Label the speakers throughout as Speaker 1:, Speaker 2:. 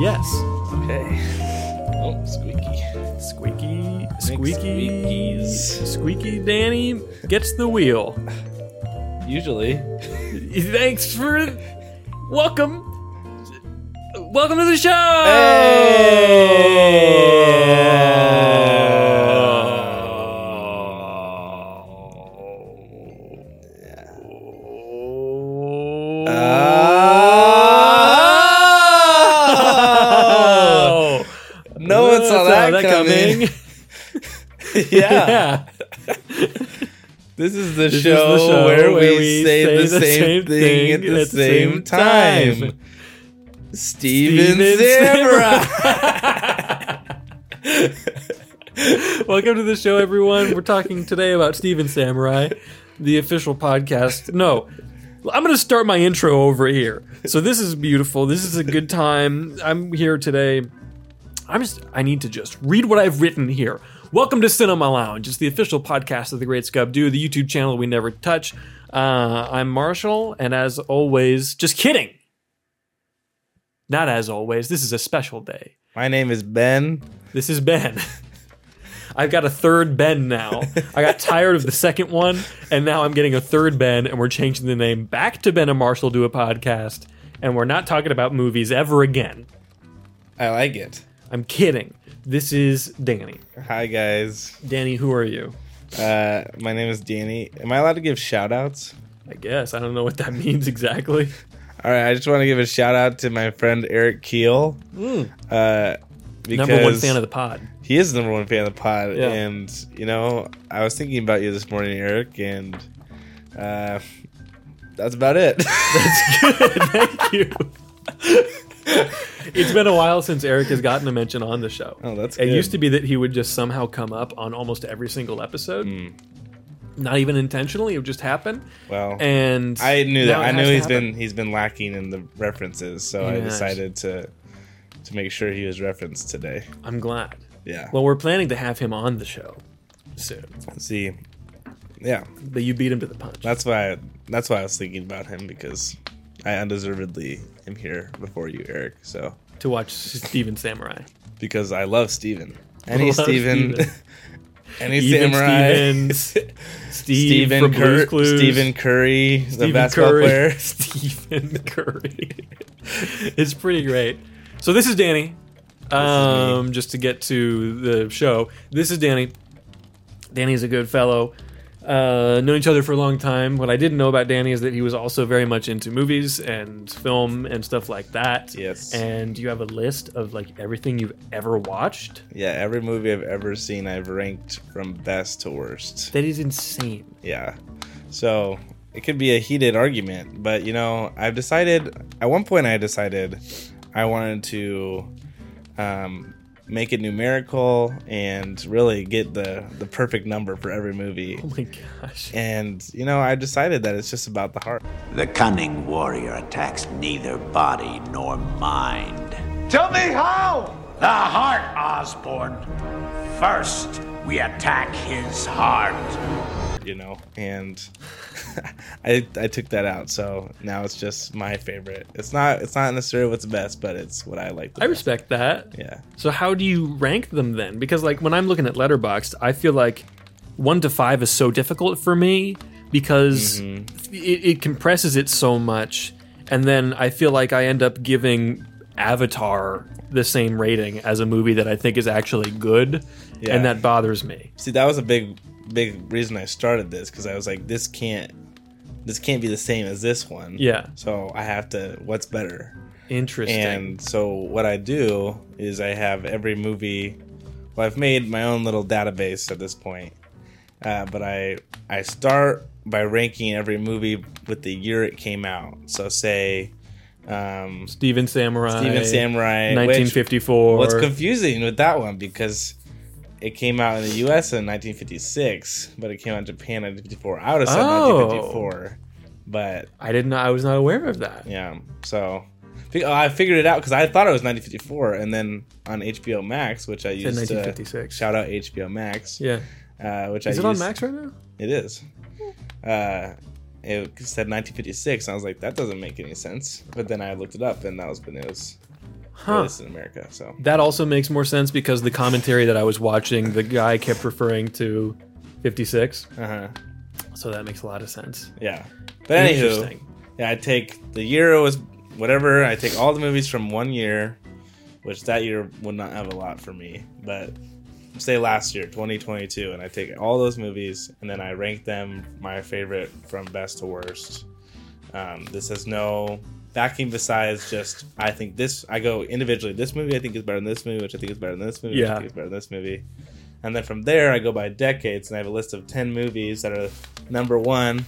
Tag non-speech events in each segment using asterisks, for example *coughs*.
Speaker 1: Yes.
Speaker 2: Okay. Oh, squeaky.
Speaker 1: Squeaky, squeaky,
Speaker 2: squeakies.
Speaker 1: squeaky Danny gets the wheel.
Speaker 2: Usually.
Speaker 1: Thanks for welcome. Welcome to the show. Oh.
Speaker 2: Ah!
Speaker 1: Oh.
Speaker 2: no one saw that, coming. *laughs* yeah.
Speaker 1: yeah.
Speaker 2: This is the,
Speaker 1: is
Speaker 2: show,
Speaker 1: the show
Speaker 2: where,
Speaker 1: where
Speaker 2: we,
Speaker 1: we
Speaker 2: say,
Speaker 1: say
Speaker 2: the,
Speaker 1: the
Speaker 2: same,
Speaker 1: same
Speaker 2: thing at the same, time. Steven,
Speaker 1: Steven
Speaker 2: Zamra.
Speaker 1: *laughs* Welcome to the show, everyone. We're talking today about Steven Samurai, the official podcast. No, I'm going to start my intro over here. So this is beautiful. This is a good time. I'm here today. I'm just. I need to just read what I've written here. Welcome to Cinema Lounge. It's the official podcast of the Great Scub Do, the YouTube channel we never touch. Uh, I'm Marshall, and as always, just kidding. Not as always. This is a special day.
Speaker 2: *laughs* My name is Ben.
Speaker 1: This is Ben. *laughs* I've got a third Ben now. I got tired of the second one, and now I'm getting a third Ben, and we're changing the name back to Ben and Marshall do a podcast, and we're not talking about movies ever again.
Speaker 2: I like it.
Speaker 1: I'm kidding. This is Danny.
Speaker 2: Hi guys.
Speaker 1: Danny, who are you?
Speaker 2: Uh, my name is Danny. Am I allowed to give shout outs?
Speaker 1: I guess. I don't know what that *laughs* means exactly.
Speaker 2: All right, I just want to give a shout out to my friend Eric Keel. Uh, because
Speaker 1: Number one fan of the pod.
Speaker 2: he is the number one fan of the pod,
Speaker 1: Yeah.
Speaker 2: and you know I was thinking about you this morning, Eric, and uh, that's about it.
Speaker 1: Thank you. it's been a while since Eric has gotten a mention on the show.
Speaker 2: Oh, that's
Speaker 1: It
Speaker 2: good.
Speaker 1: used to be that he would just somehow come up on almost every single episode.
Speaker 2: Hmm.
Speaker 1: Not even intentionally, it would just happen.
Speaker 2: *laughs* well,
Speaker 1: And
Speaker 2: I knew that.
Speaker 1: now it
Speaker 2: I
Speaker 1: has
Speaker 2: knew
Speaker 1: to
Speaker 2: he's
Speaker 1: happen.
Speaker 2: been he's been lacking in the references, so I
Speaker 1: Yeah.
Speaker 2: decided to to make sure he was referenced today.
Speaker 1: I'm glad.
Speaker 2: Yeah.
Speaker 1: Well, we're planning to have him on the show soon,
Speaker 2: see, yeah,
Speaker 1: but you beat him to the punch.
Speaker 2: that's why that's why I was thinking about him because I undeservedly am here before you, Eric. So
Speaker 1: to watch Steven Samurai.
Speaker 2: because I
Speaker 1: *laughs*
Speaker 2: love Steven. Any
Speaker 1: Love
Speaker 2: Steven,
Speaker 1: Steven.
Speaker 2: *laughs* any
Speaker 1: Even
Speaker 2: samurai. *laughs*
Speaker 1: Stevens. Steve
Speaker 2: Stephen
Speaker 1: from
Speaker 2: Cur-
Speaker 1: Blue's Clues.
Speaker 2: Stephen Curry, the
Speaker 1: Stephen
Speaker 2: basketball
Speaker 1: Curry. *laughs*
Speaker 2: player.
Speaker 1: Stephen Curry. it's pretty great. So this is Danny. Um, just to get to the show, this is Danny. Danny's a good fellow. Uh, known each other for a long time. What I didn't know about Danny is that he was also very much into movies and film and stuff like that.
Speaker 2: Yes.
Speaker 1: And you have a list of like everything you've ever watched.
Speaker 2: Yeah, every movie I've ever seen, I've ranked from best to worst.
Speaker 1: That is insane.
Speaker 2: Yeah, so it could be a heated argument, but you know, I've decided. At one point, I decided I wanted to um, make it numerical and really get the the perfect number for every movie.
Speaker 1: Oh my gosh.
Speaker 2: And you know, I decided that it's just about the heart.
Speaker 3: The cunning warrior attacks neither body nor mind.
Speaker 4: Tell me how!
Speaker 3: The heart, Osborne. First, we attack his heart.
Speaker 2: you know and *laughs* i i took that out so now it's just my favorite it's not it's not necessarily what's best but it's what i like the
Speaker 1: I
Speaker 2: best.
Speaker 1: respect that.
Speaker 2: yeah
Speaker 1: So how do you rank them then? Because like when I'm looking at Letterboxd, I feel like one to five is so difficult for me because
Speaker 2: Mm-hmm.
Speaker 1: it, it compresses it so much, and then I feel like I end up giving Avatar the same rating as a movie that I think is actually good,
Speaker 2: Yeah.
Speaker 1: and that bothers me.
Speaker 2: see that was a big big reason i started this because i was like this can't this can't be the same as this one
Speaker 1: Yeah,
Speaker 2: so i have to what's better
Speaker 1: interesting.
Speaker 2: and so what i do is i have every movie well i've made my own little database at this point uh, but i i start by ranking every movie with the year it came out so say um
Speaker 1: Steven Samurai,
Speaker 2: Steven Samurai, which
Speaker 1: 1954.
Speaker 2: what's confusing with that one because it came out in the U.S. in 1956, but it came out in Japan in 1954. I would have said
Speaker 1: Oh.
Speaker 2: 1954, but
Speaker 1: I did not. I was not aware of that.
Speaker 2: yeah. So fi- oh, I figured it out because I thought it was 1954, and then on HBO Max, which I
Speaker 1: said
Speaker 2: used to
Speaker 1: 1956.
Speaker 2: uh, shout out HBO Max,
Speaker 1: Yeah,
Speaker 2: uh, which
Speaker 1: is
Speaker 2: I
Speaker 1: it on
Speaker 2: used-
Speaker 1: Max right now?
Speaker 2: It is. Uh, it said 1956. And I was like, that doesn't make any sense. But then I looked it up, and that was when it was Huh. This is in America. So
Speaker 1: That also makes more sense because the commentary that I was watching, the guy kept referring to 56.
Speaker 2: uh-huh.
Speaker 1: So that makes a lot of sense.
Speaker 2: yeah. But anywho,
Speaker 1: Interesting.
Speaker 2: yeah, I take the year it was whatever. I take all the movies from one year, which that year would not have a lot for me, but say last year 2022 and i take all those movies and then i rank them my favorite from best to worst um, this has no backing besides just i think this i go individually this movie i think is better than this movie which i think is better than this movie which
Speaker 1: Yeah.
Speaker 2: i think is better than this movie and then from there i go by decades and i have a list of 10 movies that are number one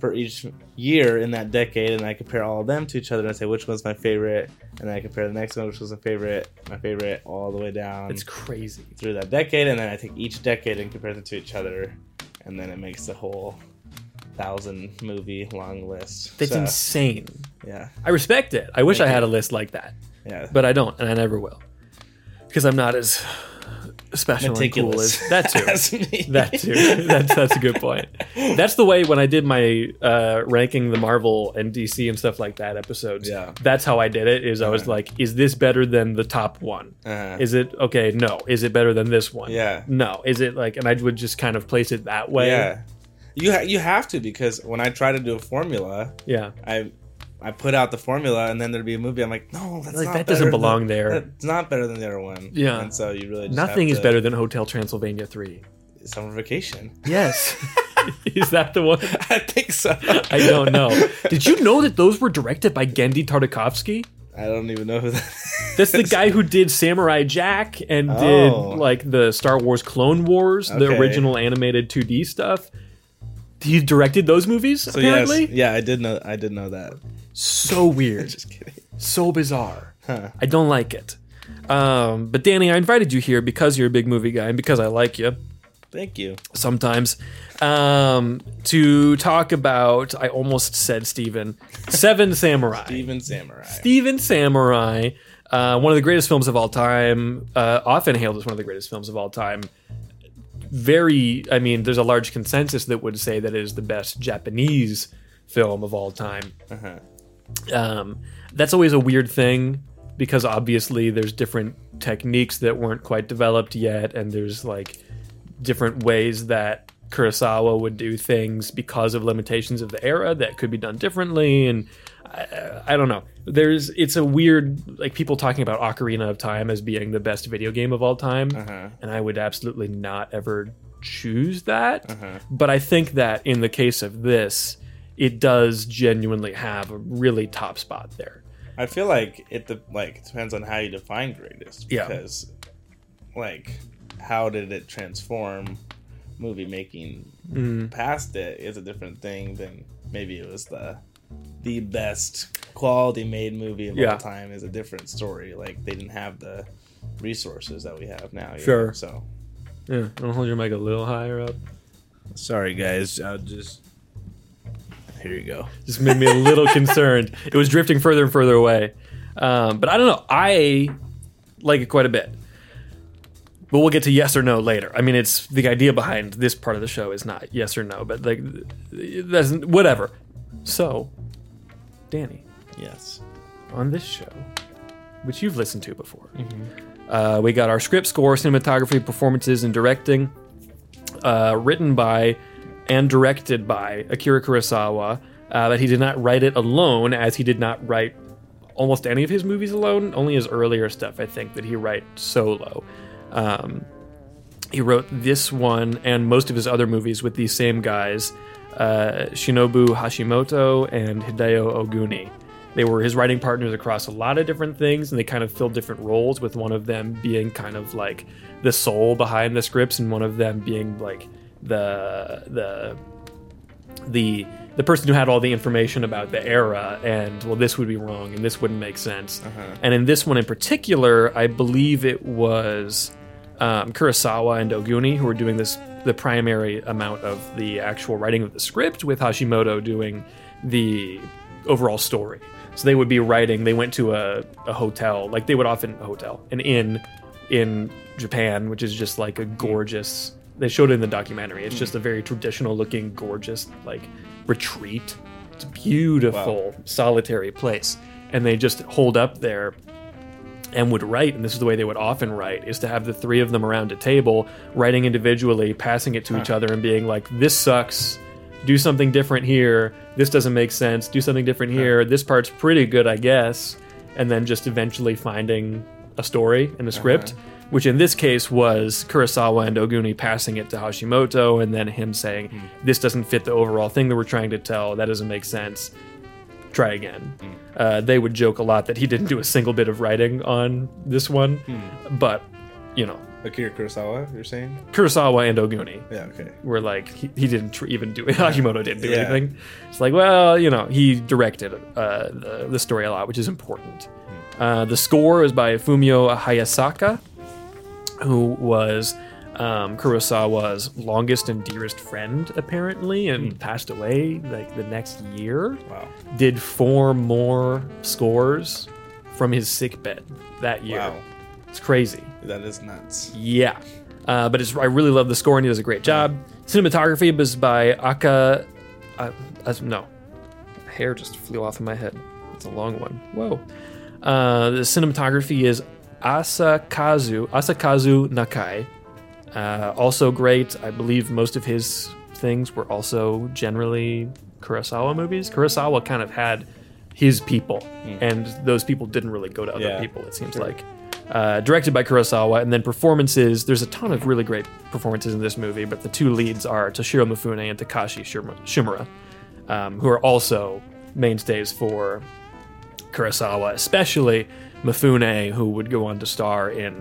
Speaker 2: for each year in that decade and i compare all of them to each other and i say which one's my favorite and then i compare the next one which was my favorite my favorite all the way down
Speaker 1: It's crazy.
Speaker 2: through that decade, and then I take each decade and compare them to each other, and then it makes the whole thousand movie long list.
Speaker 1: That's
Speaker 2: So,
Speaker 1: insane.
Speaker 2: yeah,
Speaker 1: I respect it. I wish I
Speaker 2: Thank
Speaker 1: had a list like that,
Speaker 2: yeah.
Speaker 1: but I don't, and I never will. Because I'm not as special
Speaker 2: Meticulous.
Speaker 1: and cool as *laughs* that
Speaker 2: *laughs*
Speaker 1: too.
Speaker 2: That's me.
Speaker 1: that too. That's that's a good point. That's the way when I did my uh, ranking the Marvel and DC and stuff like that episodes.
Speaker 2: Yeah.
Speaker 1: That's how I did it. Is I was like, is this better than the top one?
Speaker 2: Uh-huh.
Speaker 1: Is it okay? No. Is it better than this one?
Speaker 2: Yeah.
Speaker 1: No. Is it like? And I would just kind of place it that way.
Speaker 2: yeah. You ha- you have to because when I try to do a formula,
Speaker 1: Yeah.
Speaker 2: I I put out the formula, and then there'd be a movie. I'm like, no, that's
Speaker 1: Like,
Speaker 2: not
Speaker 1: that doesn't
Speaker 2: better than-
Speaker 1: belong there.
Speaker 2: That's not better than the other one.
Speaker 1: Yeah.
Speaker 2: and so you really just
Speaker 1: Nothing
Speaker 2: have
Speaker 1: is
Speaker 2: to-
Speaker 1: better than Hotel Transylvania three.
Speaker 2: summer vacation. *laughs*
Speaker 1: Yes. *laughs* is that the one?
Speaker 2: I think so.
Speaker 1: I don't know. Did you know that those were directed by Gendy Tartakovsky?
Speaker 2: I don't even know who that.
Speaker 1: That's the guy who did Samurai Jack and
Speaker 2: Oh.
Speaker 1: did like the Star Wars Clone Wars, the
Speaker 2: Okay.
Speaker 1: original animated 2D stuff. He directed those movies
Speaker 2: So yes,
Speaker 1: apparently.
Speaker 2: yeah, I did know. I did know that.
Speaker 1: So weird,
Speaker 2: Just kidding.
Speaker 1: so bizarre. I don't like it. Um, but Danny, I invited you here because you're a big movie guy and because I like you
Speaker 2: Thank you.
Speaker 1: sometimes um, to talk about. I almost said Steven Seven Samurai.
Speaker 2: Even Samurai.
Speaker 1: Steven Samurai, uh, one of the greatest films of all time, uh, often hailed as one of the greatest films of all time. Very, I mean, there's a large consensus that would say that it is the best Japanese film of all time.
Speaker 2: Uh-huh.
Speaker 1: Um, that's always a weird thing because obviously there's different techniques that weren't quite developed yet, and there's like different ways that Kurosawa would do things because of limitations of the era that could be done differently. And I, I don't know. There's it's a weird like people talking about Ocarina of Time as being the best video game of all time, and I would absolutely not ever choose that. But I think that in the case of this, it does genuinely have a really top spot there.
Speaker 2: I feel like it de- like depends on how you define greatest.
Speaker 1: Yeah.
Speaker 2: Because, like, how did it transform movie making
Speaker 1: Mm.
Speaker 2: past it is a different thing than maybe it was the the best quality made movie of
Speaker 1: Yeah.
Speaker 2: all time is a different story. Like they didn't have the resources that we have now. you
Speaker 1: Sure.
Speaker 2: know, So
Speaker 1: Yeah, I'm gonna hold your mic a little higher up.
Speaker 2: sorry guys. I'll just here you go.
Speaker 1: just made me a little concerned. It was drifting further and further away. Um, but I don't know. I like it quite a bit. But we'll get to yes or no later. I mean, it's the idea behind this part of the show is not yes or no, but like that's whatever. So, Danny,
Speaker 2: Yes.
Speaker 1: on this show, which you've listened to before, uh, we got our script score, cinematography, performances, and directing, uh, written by and directed by Akira Kurosawa. Uh, but he did not write it alone, as he did not write almost any of his movies alone. Only his earlier stuff, I think, that he write solo. Um, he wrote this one and most of his other movies with these same guys, uh, Shinobu Hashimoto and Hideo Oguni. They were his writing partners across a lot of different things, and they kind of filled different roles. With one of them being kind of like the soul behind the scripts, and one of them being like the the the the person who had all the information about the era and well this would be wrong and this wouldn't make sense and in this one in particular i believe it was um, kurosawa and oguni who were doing this the primary amount of the actual writing of the script with hashimoto doing the overall story so they would be writing they went to a, a hotel like they would often a hotel an inn in japan which is just like a gorgeous they showed it in the documentary. It's just a very traditional looking, gorgeous, like retreat. It's a beautiful, solitary place. And they just hold up there and would write, and this is the way they would often write, is to have the three of them around a table writing individually, passing it to each other, and being like, "This sucks. Do something different here. This doesn't make sense. Do something different here. This part's pretty good, I guess." And then just eventually finding a story and a script, which in this case was Kurosawa and Oguni passing it to Hashimoto, and then him saying, "This doesn't fit the overall thing that we're trying to tell. That doesn't make sense." try again. Uh, they would joke a lot that he didn't do a single bit of writing on this one,
Speaker 2: Hmm.
Speaker 1: but you know,
Speaker 2: Akira Kurosawa, you're saying?
Speaker 1: Kurosawa and Oguni
Speaker 2: Yeah, okay.
Speaker 1: were like he, he didn't tr- even do it. *laughs* Hashimoto didn't do
Speaker 2: Yeah.
Speaker 1: anything. It's like, well, you know, he directed uh, the, the story a lot, which is important.
Speaker 2: Hmm.
Speaker 1: Uh, the score is by Fumio Hayasaka, who was um, Kurosawa's longest and dearest friend, apparently, and
Speaker 2: Hmm.
Speaker 1: passed away like the next year
Speaker 2: Wow.
Speaker 1: did four more scores from his sick bed that year.
Speaker 2: Wow.
Speaker 1: It's crazy.
Speaker 2: That is nuts.
Speaker 1: Yeah. Uh, but it's, I really love the score, and he does a great job. Cinematography was by Aka. Uh, uh, no. Hair just flew off in my head. It's a long one. Whoa. Uh, the cinematography is Asakazu, Asakazu Nakai. Uh, also great. I believe most of his things were also generally Kurosawa movies. Kurosawa kind of had his people, and those people didn't really go to other
Speaker 2: Yeah.
Speaker 1: people, it seems like. Uh, directed by Kurosawa, and then performances. There's a ton of really great performances in this movie, but the two leads are Toshiro Mifune and Takashi Shima- Shimura, um, who are also mainstays for Kurosawa, especially Mifune, who would go on to star in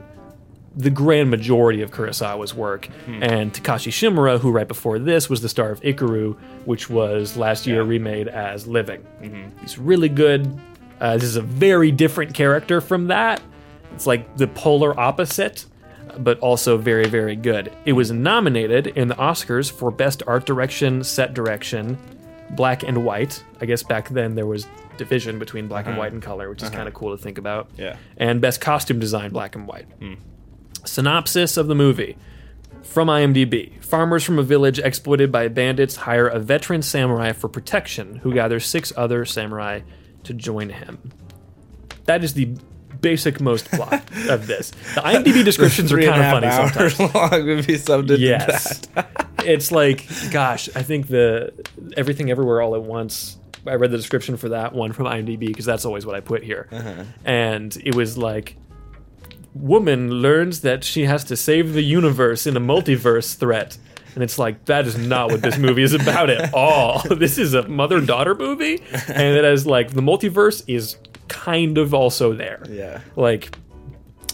Speaker 1: the grand majority of Kurosawa's work, and Takashi Shimura, who right before this was the star of Ikaru, which was last year remade as Living. He's really good. Uh, this is a very different character from that. It's like the polar opposite, but also very, very good. It was nominated in the Oscars for Best Art Direction, Set Direction, Black and White. I guess back then there was division between black and white and color, which is kind of cool to think about
Speaker 2: Yeah.
Speaker 1: and best costume design black and white. Synopsis of the movie from IMDb Farmers from a village exploited by bandits hire a veteran samurai for protection who gathers six other samurai to join him. That is the basic most plot
Speaker 2: *laughs*
Speaker 1: of this. The IMDb descriptions are
Speaker 2: Three and
Speaker 1: kind
Speaker 2: a
Speaker 1: of funny
Speaker 2: half
Speaker 1: sometimes.
Speaker 2: hours *laughs* long would be something
Speaker 1: Yes. it's like, gosh, I think the everything everywhere all at once. I read the description for that one from IMDb because that's always what I put here, and it was like, woman learns that she has to save the universe in a multiverse threat. And it's like that is not what this movie is about at all. *laughs* This is a mother-daughter movie, and it has like the multiverse is kind of also there
Speaker 2: Yeah.
Speaker 1: like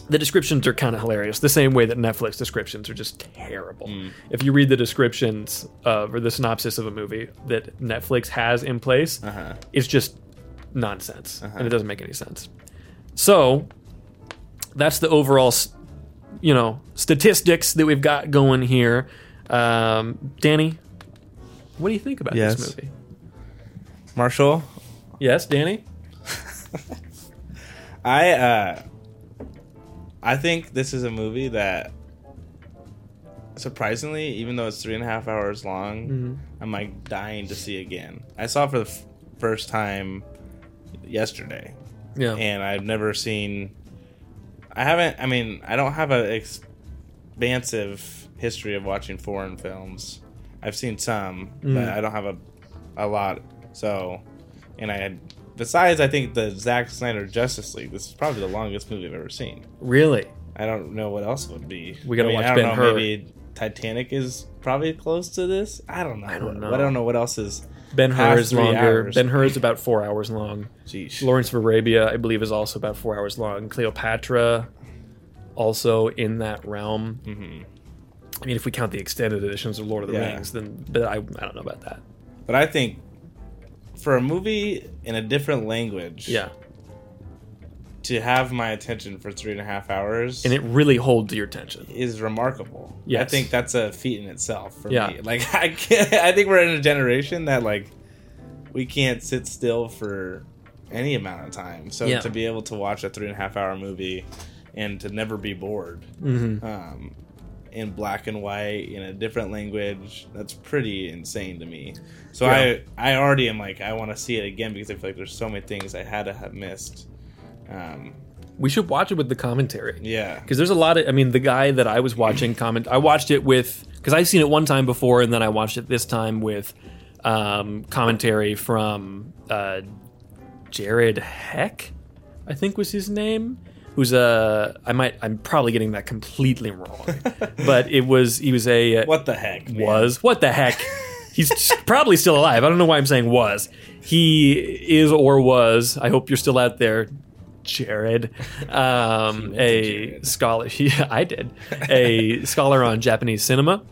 Speaker 1: the descriptions are kind of hilarious the same way that netflix descriptions are just terrible
Speaker 2: Mm.
Speaker 1: if you read the descriptions of or the synopsis of a movie that netflix has in place
Speaker 2: Uh-huh.
Speaker 1: it's just nonsense and it doesn't make any sense so that's the overall s- you know statistics that we've got going here um, danny what do you think about
Speaker 2: Yes.
Speaker 1: this movie
Speaker 2: Marshall,
Speaker 1: yes danny
Speaker 2: I uh I think this is a movie that surprisingly, even though it's three and a half hours long,
Speaker 1: Mm-hmm.
Speaker 2: I'm like dying to see again. I saw it for the f- first time yesterday,
Speaker 1: yeah
Speaker 2: and I've never seen. I haven't. I mean, I don't have an expansive history of watching foreign films. I've seen some, but
Speaker 1: Mm.
Speaker 2: I don't have a a lot. So, and I besides, I think the Zack Snyder Justice League. This is probably the longest movie I've ever seen.
Speaker 1: really
Speaker 2: I don't know what else would be.
Speaker 1: We gotta
Speaker 2: I
Speaker 1: watch
Speaker 2: I don't
Speaker 1: Ben-Hur.
Speaker 2: know. Maybe Titanic is probably close to this. I don't know. I
Speaker 1: don't know.
Speaker 2: I don't know what else is.
Speaker 1: ben hur
Speaker 2: Past
Speaker 1: is
Speaker 2: three
Speaker 1: longer
Speaker 2: hours.
Speaker 1: ben hur is about four hours long
Speaker 2: Geez.
Speaker 1: Lawrence of Arabia, I believe, is also about four hours long. Cleopatra, also in that realm. I mean, if we count the extended editions of Lord of the
Speaker 2: Yeah.
Speaker 1: Rings, then but I, I don't know about that.
Speaker 2: But I think for a movie in a different language,
Speaker 1: Yeah,
Speaker 2: to have my attention for three and a half hours
Speaker 1: and it really holds your attention.
Speaker 2: is remarkable. Yeah, I
Speaker 1: Yes.
Speaker 2: think that's a feat in itself for
Speaker 1: Yeah.
Speaker 2: me. Like *laughs* I can't, I think we're in a generation that like we can't sit still for any amount of time. So
Speaker 1: Yeah.
Speaker 2: to be able to watch a three and a half hour movie and to never be bored
Speaker 1: Mm-hmm.
Speaker 2: um, in black and white in a different language, that's pretty insane to me. So
Speaker 1: Yeah.
Speaker 2: I I already am like I want to see it again because I feel like there's so many things I had to have missed. Um,
Speaker 1: we should watch it with the commentary.
Speaker 2: Yeah.
Speaker 1: because there's a lot of. I mean, the guy that I was watching comment. I watched it with because I've seen it one time before, and then I watched it this time with um, commentary from uh, Jared Heck, I think was his name. Who's a? I might. I'm probably getting that completely wrong, but it was. He was a. uh,
Speaker 2: What the heck? man?
Speaker 1: was what the heck he's *laughs* probably still alive i don't know why i'm saying was he is or was i hope you're still out there jared um, a
Speaker 2: Jared.
Speaker 1: scholar *laughs* yeah, i did a scholar on japanese cinema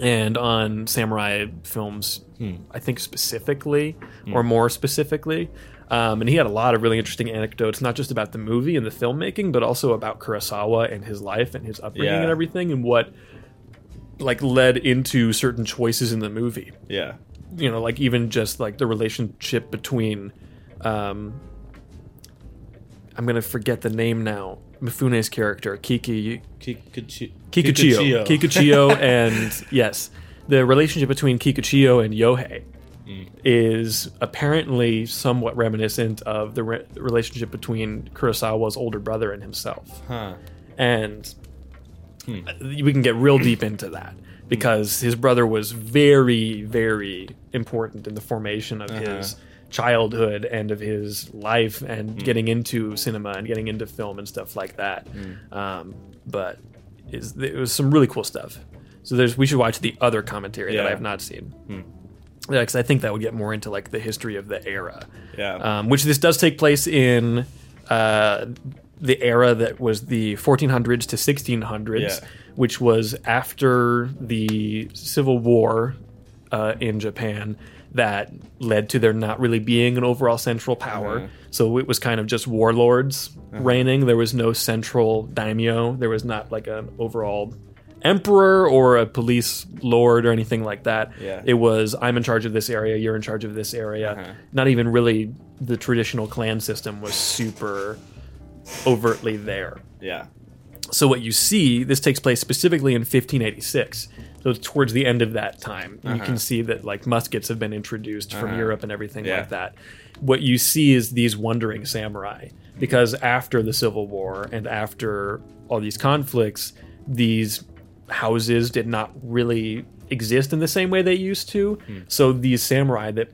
Speaker 1: and on samurai films i think specifically or more specifically um, and he had a lot of really interesting anecdotes not just about the movie and the filmmaking but also about kurosawa and his life and his upbringing
Speaker 2: Yeah.
Speaker 1: and everything and what like led into certain choices in the movie.
Speaker 2: Yeah.
Speaker 1: You know, like even just like the relationship between um I'm going to forget the name now. Mifune's character, Kiki
Speaker 2: Kikuchi-
Speaker 1: Kikuchiyo. Kikuchiyo and yes, the relationship between Kikuchiyo and Yohei is apparently somewhat reminiscent of the re- relationship between Kurosawa's older brother and himself
Speaker 2: Huh.
Speaker 1: and
Speaker 2: Hmm.
Speaker 1: we can get real deep into that because his brother was very very important in the formation of
Speaker 2: Uh-huh.
Speaker 1: his childhood and of his life and
Speaker 2: Hmm.
Speaker 1: getting into cinema and getting into film and stuff like that
Speaker 2: Hmm.
Speaker 1: um, but is, it was some really cool stuff so there's we should watch the other commentary that
Speaker 2: Yeah. Hmm.
Speaker 1: i have not seen because i think that would get more into like the history of the era
Speaker 2: Yeah.
Speaker 1: um, which this does take place in uh, the era that was the 1400s to 1600s,
Speaker 2: Yeah.
Speaker 1: which was after the Civil War uh, in Japan that led to there not really being an overall central power. So it was kind of just warlords reigning. There was no central daimyo, there was not like an overall emperor or a police lord or anything like that.
Speaker 2: Yeah.
Speaker 1: It was I'm in charge of this area, you're in charge of this area. Not even really the traditional clan system was super overtly there.
Speaker 2: yeah.
Speaker 1: So what you see, this takes place specifically in 1586. So it's towards the end of that time. You can see that like muskets have been introduced from Europe and everything
Speaker 2: Yeah.
Speaker 1: like that. What you see is these wandering samurai because after the Civil War and after all these conflicts, these houses did not really exist in the same way they used to. So these samurai that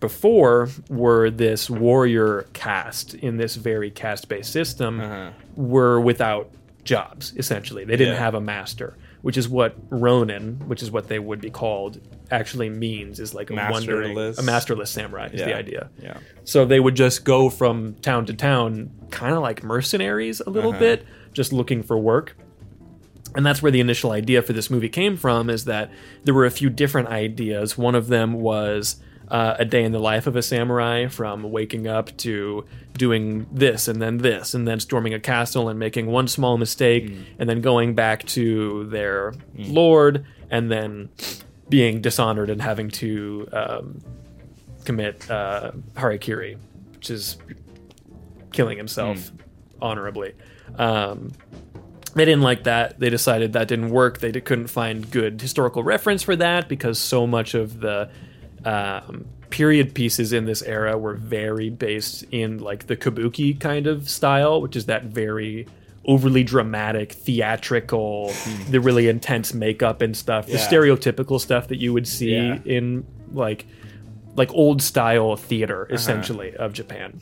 Speaker 1: before were this warrior caste in this very caste based system were without jobs essentially they didn't
Speaker 2: Uh-huh. Yeah.
Speaker 1: have a master which is what ronin which is what they would be called actually means is like a wandering
Speaker 2: Masterless.
Speaker 1: a masterless samurai is the
Speaker 2: Yeah.
Speaker 1: idea
Speaker 2: Yeah.
Speaker 1: so they would just go from town to town, kind of like mercenaries a little bit, just looking for work. And that's where the initial idea for this movie came from is that there were a few different ideas. One of them was uh, a day in the life of a samurai from waking up to doing this and then this and then storming a castle and making one small mistake and then going back to their lord and then being dishonored and having to um, commit uh, harakiri, which is killing himself honorably. Um, they didn't like that. They decided that didn't work. They d- couldn't find good historical reference for that because so much of the um, period pieces in this era were very based in like the kabuki kind of style, which is that very overly dramatic, theatrical, the really intense makeup and stuff, the
Speaker 2: Yeah.
Speaker 1: stereotypical stuff that you would see
Speaker 2: Yeah.
Speaker 1: in like like old style theater
Speaker 2: Uh-huh.
Speaker 1: essentially of Japan.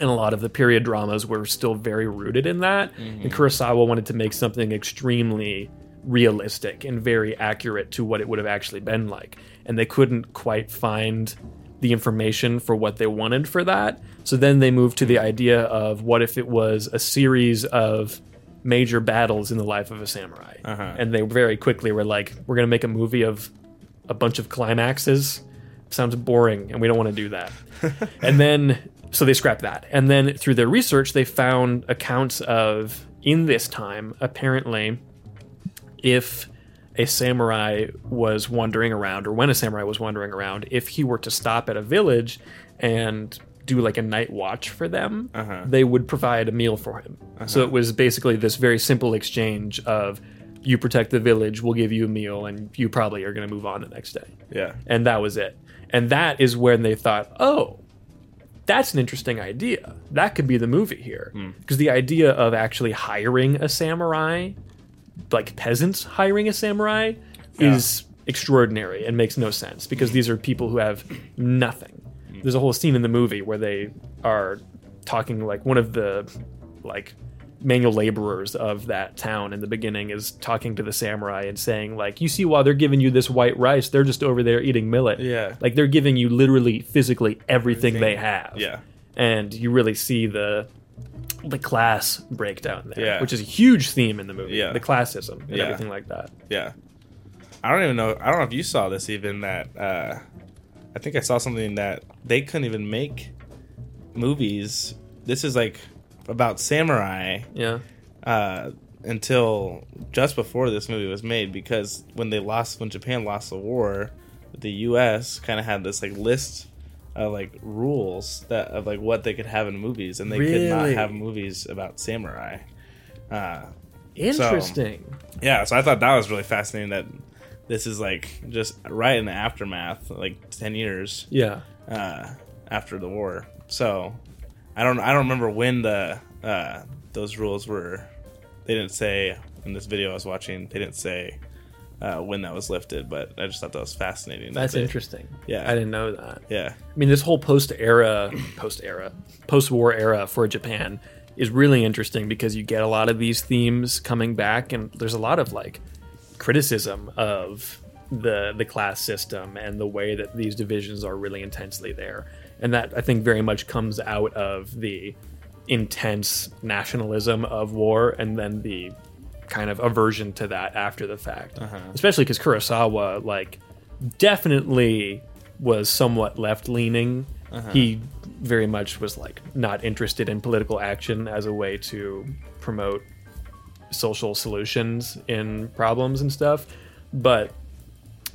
Speaker 1: And a lot of the period dramas were still very rooted in that.
Speaker 2: Mm-hmm.
Speaker 1: And Kurosawa wanted to make something extremely realistic and very accurate to what it would have actually been like. And they couldn't quite find the information for what they wanted for that. So then they moved to the
Speaker 2: Mm-hmm.
Speaker 1: idea of what if it was a series of major battles in the life of a samurai.
Speaker 2: Uh-huh.
Speaker 1: And they very quickly were like, we're going to make a movie of a bunch of climaxes sounds boring and we don't want to do that and then so they scrapped that and then through their research they found accounts of in this time apparently if a samurai was wandering around or when a samurai was wandering around if he were to stop at a village and do like a night watch for them they would provide a meal for him so it was basically this very simple exchange of you protect the village we'll give you a meal and you probably are going to move on the next day
Speaker 2: Yeah.
Speaker 1: and that was it. And that is when they thought, oh, that's an interesting idea. That could be the movie here. Because the idea of actually hiring a samurai, like peasants hiring a samurai, is extraordinary and makes no sense because these are people who have nothing. There's a whole scene in the movie where they are talking like one of the like manual laborers of that town in the beginning is talking to the samurai and saying like you see while they're giving you this white rice they're just over there eating millet
Speaker 2: Yeah.
Speaker 1: like they're giving you literally physically everything, they have
Speaker 2: Yeah.
Speaker 1: and you really see the the class breakdown there
Speaker 2: Yeah.
Speaker 1: which is a huge theme in the movie
Speaker 2: Yeah.
Speaker 1: the classism and
Speaker 2: Yeah.
Speaker 1: everything like that
Speaker 2: Yeah. I don't even know. I don't know if you saw this even that. Uh, I think I saw something that they couldn't even make movies. This is like about samurai
Speaker 1: yeah
Speaker 2: uh, until just before this movie was made because when they lost, when Japan lost the war, the U.S. kind of had this like list of like rules that of like what they could have in movies, and they could not
Speaker 1: Really?
Speaker 2: have movies about samurai. Uh,
Speaker 1: interesting
Speaker 2: yeah, so I thought that was really fascinating that this is like just right in the aftermath, like ten years
Speaker 1: yeah
Speaker 2: uh, after the war. So I don't I don't remember when the uh, those rules were. They didn't say in this video I was watching. They didn't say uh, when that was lifted, but I just thought that was fascinating. that
Speaker 1: that's
Speaker 2: they-
Speaker 1: interesting
Speaker 2: Yeah.
Speaker 1: i didn't know that
Speaker 2: Yeah,
Speaker 1: I mean, this whole post era, post era, post war era for Japan is really interesting because you get a lot of these themes coming back, and there's a lot of like criticism of the the class system and the way that these divisions are really intensely there, and that I think very much comes out of the intense nationalism of war and then the kind of aversion to that after the fact, especially because Kurosawa like definitely was somewhat left leaning.
Speaker 2: Uh-huh.
Speaker 1: He very much was like not interested in political action as a way to promote social solutions in problems and stuff, but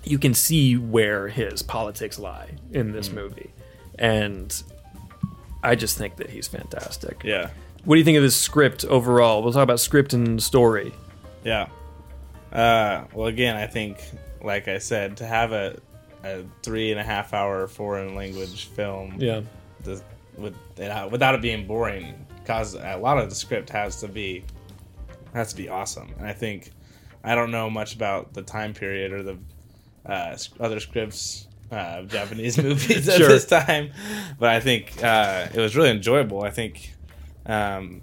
Speaker 1: you can see where his politics lie in this
Speaker 2: Hmm.
Speaker 1: movie, and I just think that he's fantastic.
Speaker 2: yeah,
Speaker 1: What do you think of this script overall? We'll talk about script and story.
Speaker 2: yeah. Uh, well, again, I think like I said, to have a a three and a half hour foreign language film
Speaker 1: Yeah.
Speaker 2: the, with, without, without it being boring because a lot of the script has to be has to be awesome and i think i don't know much about the time period or the uh, s- other scripts uh, of japanese *laughs* movies at
Speaker 1: Sure.
Speaker 2: this time but i think uh, it was really enjoyable i think um,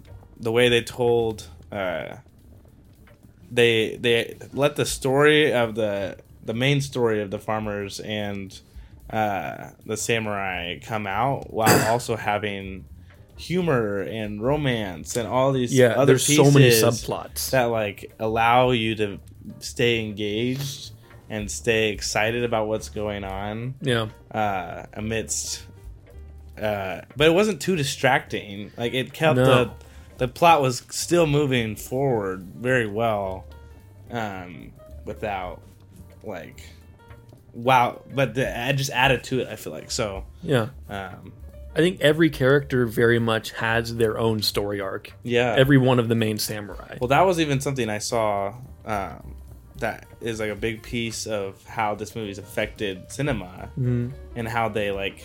Speaker 2: the way they told uh, they they let the story of the the main story of the farmers and uh, the samurai come
Speaker 1: *coughs*
Speaker 2: out while also having humor and romance and all these
Speaker 1: Yeah.
Speaker 2: other
Speaker 1: there's so many
Speaker 2: pieces
Speaker 1: subplots.
Speaker 2: that like allow you to stay engaged and stay excited about what's going on
Speaker 1: yeah.
Speaker 2: uh, amidst. Uh, but it wasn't too distracting. Like it kept
Speaker 1: No.
Speaker 2: the the plot was still moving forward very well, um, without like wow. But the, I just added to it. I feel like so.
Speaker 1: Yeah.
Speaker 2: Um,
Speaker 1: I think every character very much has their own story arc.
Speaker 2: yeah.
Speaker 1: Every one of the main samurai.
Speaker 2: Well, that was even something I saw um, that is like a big piece of how this movie's affected cinema
Speaker 1: Mm-hmm.
Speaker 2: and how they like.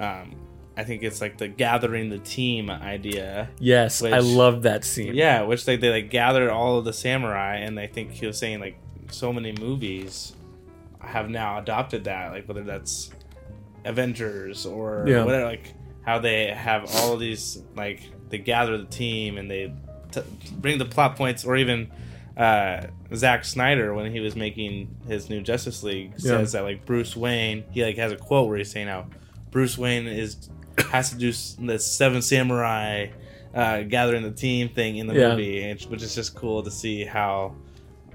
Speaker 2: Um, I think it's like the gathering the team idea.
Speaker 1: yes, I
Speaker 2: which-
Speaker 1: love that scene.
Speaker 2: Yeah, which like they like gathered all of the samurai, and I think he was saying like so many movies have now adopted that, like whether that's Avengers or
Speaker 1: Yeah.
Speaker 2: whatever, like how they have all of these like they gather the team and they t- bring the plot points, or even uh, Zack Snyder when he was making his new Justice League says that like Bruce Wayne, he like has a quote where he's saying how Bruce Wayne is has to do s- the Seven Samurai uh, gathering the team thing in the
Speaker 1: Yeah.
Speaker 2: movie, and- which is just cool to see how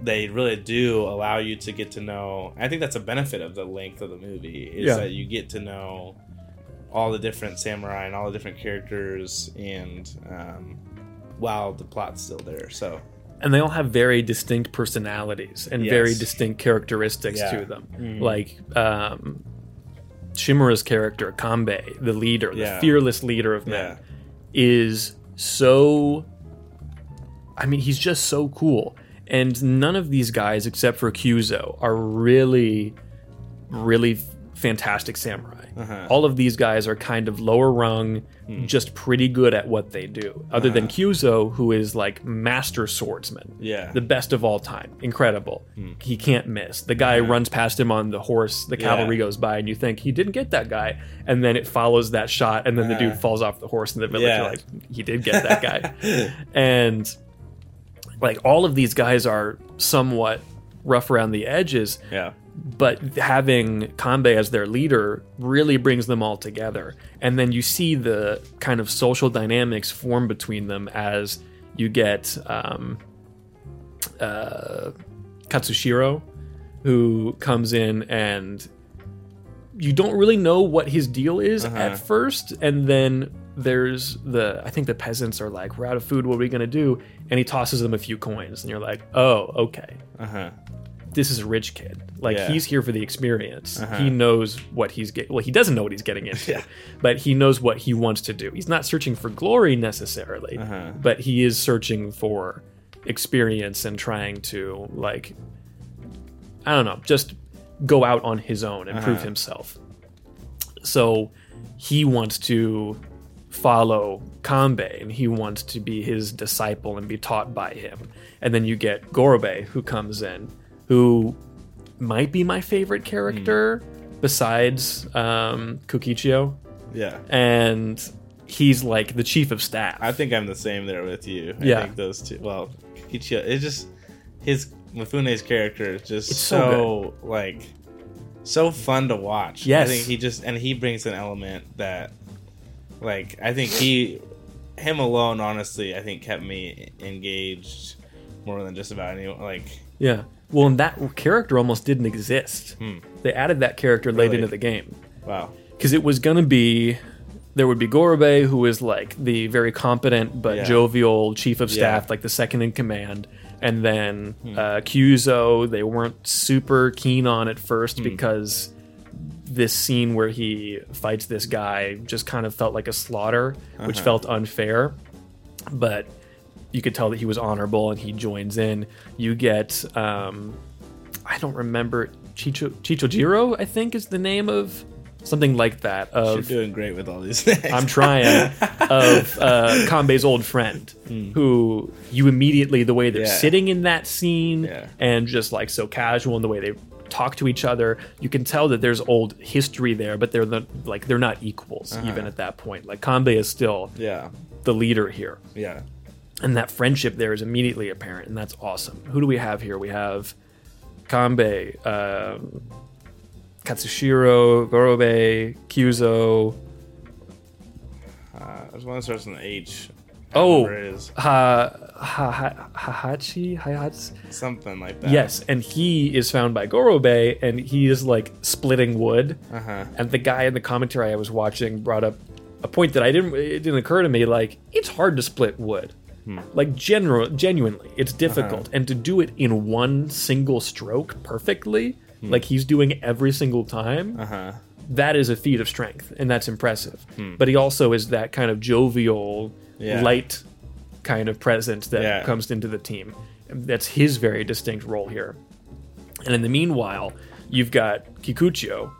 Speaker 2: they really do allow you to get to know. I think that's a benefit of the length of the movie is
Speaker 1: Yeah.
Speaker 2: that you get to know all the different samurai and all the different characters, and um, while the plot's still there, so
Speaker 1: and they all have very distinct personalities and
Speaker 2: Yes.
Speaker 1: very distinct characteristics
Speaker 2: Yeah. Mm.
Speaker 1: to them. Like um, Shimura's character, Kambe, the leader,
Speaker 2: Yeah.
Speaker 1: the fearless leader of men, is so. I mean, he's just so cool. And none of these guys, except for Kyuzo, are really, really Fantastic Samurai.
Speaker 2: Uh-huh. Hmm.
Speaker 1: All of these guys are kind of lower rung, just pretty good at what they do. Other than Kyuzo, who is like master swordsman.
Speaker 2: Uh-huh. Yeah. Hmm.
Speaker 1: The best of all time. Incredible. He can't miss. The guy runs past him on the horse, the cavalry goes by, and you think he didn't get that guy. And then it follows that shot, and then the dude falls off the horse in the village.
Speaker 2: Yeah.
Speaker 1: You're like, he did get that
Speaker 2: *laughs*
Speaker 1: guy. and like all of these guys are somewhat rough around the edges,
Speaker 2: Yeah.
Speaker 1: but having Kanbe as their leader really brings them all together. And then you see the kind of social dynamics form between them as you get um, uh, Katsushiro, who comes in and you don't really know what his deal is at first. And then there's the, I think the peasants are like, we're out of food, what are we going to do? And he tosses them a few coins. And you're like, oh, okay
Speaker 2: Uh huh.
Speaker 1: this is a rich kid. Like
Speaker 2: Yeah.
Speaker 1: he's here for the experience. He knows what he's get. Well, he doesn't know what he's getting into, but he knows what he wants to do. He's not searching for glory necessarily, but he is searching for experience and trying to like, I don't know, just go out on his own and
Speaker 2: Uh-huh.
Speaker 1: prove himself. So he wants to follow Kanbe and he wants to be his disciple and be taught by him. And then you get Gorobe who comes in, who might be my favorite character besides um, Kukichio.
Speaker 2: Yeah.
Speaker 1: And he's like the chief of staff.
Speaker 2: I think I'm the same there with you. I
Speaker 1: Yeah.
Speaker 2: think those two. Well, Kikichio, it's just his Mifune's character is just
Speaker 1: It's so
Speaker 2: so, like so fun to watch.
Speaker 1: Yes.
Speaker 2: I think he just and he brings an element that like I think he him alone honestly I think kept me engaged more than just about anyone like
Speaker 1: yeah. Well, and that character almost didn't exist. They added that character late
Speaker 2: Hmm. Really?
Speaker 1: into the game.
Speaker 2: wow.
Speaker 1: because it was going to be there would be Gorobei, who is like the very competent but
Speaker 2: Yeah.
Speaker 1: jovial chief of staff,
Speaker 2: Yeah. Hmm.
Speaker 1: like the second in command, and then uh, Kyuzo. They weren't super keen on at first
Speaker 2: Hmm.
Speaker 1: because this scene where he fights this guy just kind of felt like a slaughter, which
Speaker 2: Uh-huh.
Speaker 1: felt unfair. But you could tell that he was honorable and he joins in. You get, um, I don't remember, Chicho, Chichojiro, I think is the name of something like that.
Speaker 2: You're
Speaker 1: Of
Speaker 2: doing great with all these *laughs* things.
Speaker 1: I'm
Speaker 2: *laughs*
Speaker 1: trying of uh, Kanbe's old friend, who you immediately the way they're
Speaker 2: Hmm. Yeah.
Speaker 1: sitting in that scene
Speaker 2: Yeah.
Speaker 1: and just like so casual in the way they talk to each other, you can tell that there's old history there, but they're the, like they're not equals
Speaker 2: Uh-huh.
Speaker 1: even at that point. Like Kanbe is still
Speaker 2: yeah.
Speaker 1: the leader here,
Speaker 2: Yeah.
Speaker 1: and that friendship there is immediately apparent, and that's awesome. Who do we have here? We have Kanbe, um, Katsushiro, Gorobe, Kyuzo.
Speaker 2: Uh, there's one that starts with an H. I don't
Speaker 1: Oh,
Speaker 2: remember it is.
Speaker 1: ha, ha, ha, Hahachi, Hayats.
Speaker 2: something like that.
Speaker 1: Yes, and he is found by Gorobe, and he is like splitting wood.
Speaker 2: Uh-huh.
Speaker 1: And the guy in the commentary I was watching brought up a point that I didn't. It didn't occur to me. Like it's hard to split wood.
Speaker 2: Hmm.
Speaker 1: Like general, genuinely,
Speaker 2: Uh-huh.
Speaker 1: it's difficult, and to do it in one single stroke perfectly, like he's doing every single time,
Speaker 2: Hmm. Uh-huh. Hmm.
Speaker 1: that is a feat of strength, and that's impressive. But he also is that kind of jovial,
Speaker 2: Yeah.
Speaker 1: light kind of presence that
Speaker 2: Yeah.
Speaker 1: comes into the team. That's his very distinct role here. And in the meanwhile, you've got Kikuchio,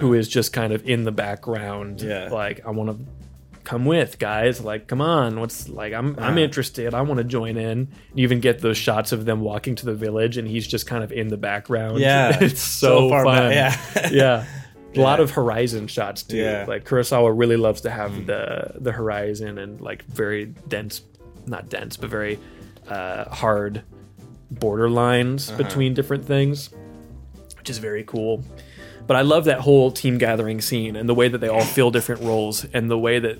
Speaker 1: who is just kind of in the background,
Speaker 2: Uh-huh. Yeah.
Speaker 1: like I want to come with guys like come on what's like i'm
Speaker 2: Uh-huh.
Speaker 1: i'm interested i want to join in you even get those shots of them walking to the village and he's just kind of in the background
Speaker 2: Yeah.
Speaker 1: *laughs* it's so,
Speaker 2: far
Speaker 1: fun
Speaker 2: back.
Speaker 1: *laughs*
Speaker 2: Yeah.
Speaker 1: yeah. A lot of horizon shots too.
Speaker 2: Yeah.
Speaker 1: Like Kurosawa really loves to have the the horizon and like very dense, not dense, but very uh, hard border lines between different things, which is very cool. But I love that whole team gathering scene and the way that they all fill different roles and the way that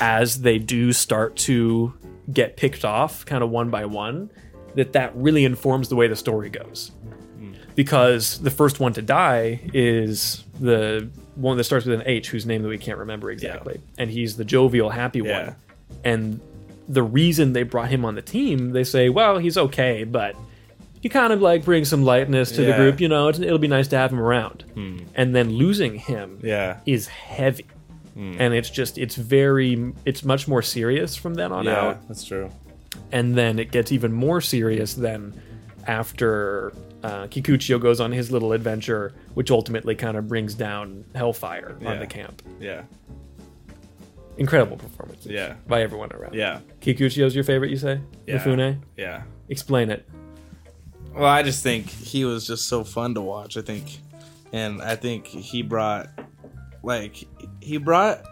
Speaker 1: as they do start to get picked off kind of one by one, that that really informs the way the story goes because the first one to die is the one that starts with an H, whose name that we can't remember exactly, and he's the jovial, happy
Speaker 2: Yeah.
Speaker 1: one. And the reason they brought him on the team, they say, well, he's okay, but you kind of like bring some lightness to the
Speaker 2: Yeah.
Speaker 1: group, you know. It's, it'll be nice to have him around. And then losing him
Speaker 2: Hmm. Yeah. Hmm.
Speaker 1: is heavy, and it's just it's very it's much more serious from then on
Speaker 2: Yeah,
Speaker 1: out
Speaker 2: that's true.
Speaker 1: and then it gets even more serious then after uh, Kikuchio goes on his little adventure, which ultimately kind of brings down Hellfire
Speaker 2: Yeah.
Speaker 1: on the camp.
Speaker 2: Yeah.
Speaker 1: Incredible performance
Speaker 2: Yeah.
Speaker 1: by everyone around.
Speaker 2: Yeah.
Speaker 1: Kikuchio's your favorite, you say?
Speaker 2: Yeah.
Speaker 1: Mifune?
Speaker 2: Yeah.
Speaker 1: Explain it.
Speaker 2: Well, I just think he was just so fun to watch. I think, and I think he brought, like, he brought,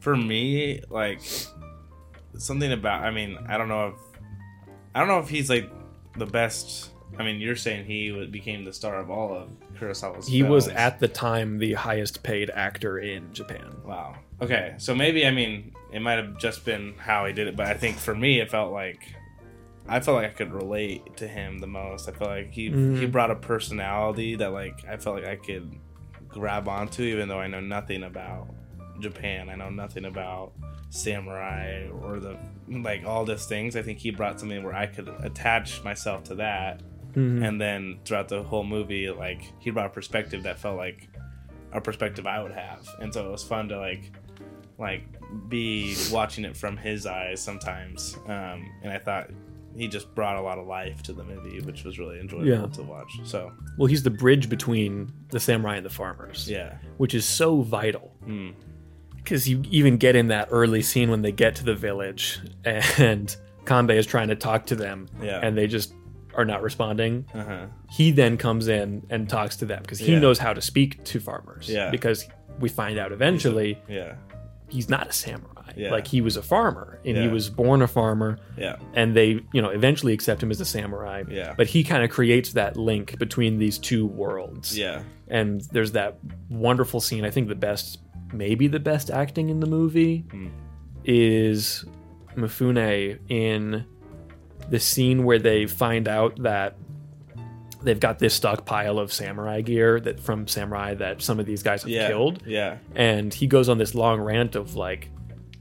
Speaker 2: for me, like, something about. I mean, I don't know if, I don't know if he's like the best. I mean, you're saying he w- became the star of all of Kurosawa's.
Speaker 1: He was
Speaker 2: films.
Speaker 1: at the time the highest paid actor in Japan.
Speaker 2: Wow. Okay, so maybe I mean it might have just been how he did it, but I think for me it felt like I felt like I could relate to him the most. I felt like he
Speaker 1: Mm.
Speaker 2: he brought a personality that like I felt like I could grab onto, even though I know nothing about Japan. I know nothing about samurai or the like all these things. I think he brought something where I could attach myself to that
Speaker 1: Mhm.
Speaker 2: and then throughout the whole movie like he brought a perspective that felt like a perspective i would have and so it was fun to like like be watching it from his eyes sometimes um and i thought he just brought a lot of life to the movie which was really enjoyable
Speaker 1: Yeah.
Speaker 2: to watch so
Speaker 1: Well, he's the bridge between the samurai and the farmers,
Speaker 2: yeah
Speaker 1: which is so vital.
Speaker 2: Mm.
Speaker 1: Because you even get in that early scene when they get to the village and Kanbei is trying to talk to them
Speaker 2: Yeah.
Speaker 1: and they just are not responding.
Speaker 2: uh-huh
Speaker 1: He then comes in and talks to them because he
Speaker 2: Yeah.
Speaker 1: knows how to speak to farmers.
Speaker 2: Yeah.
Speaker 1: Because we find out eventually
Speaker 2: yeah
Speaker 1: he's not a samurai.
Speaker 2: Yeah.
Speaker 1: Like he was a farmer and he
Speaker 2: Yeah.
Speaker 1: was born a farmer
Speaker 2: yeah
Speaker 1: and they, you know, eventually accept him as a samurai.
Speaker 2: Yeah.
Speaker 1: But he kind of creates that link between these two worlds
Speaker 2: yeah
Speaker 1: and there's that wonderful scene i think the best maybe the best acting in the movie
Speaker 2: Hmm.
Speaker 1: is mifune in the scene where they find out that they've got this stockpile of samurai gear that from samurai that some of these guys have
Speaker 2: yeah
Speaker 1: killed
Speaker 2: yeah
Speaker 1: and he goes on this long rant of like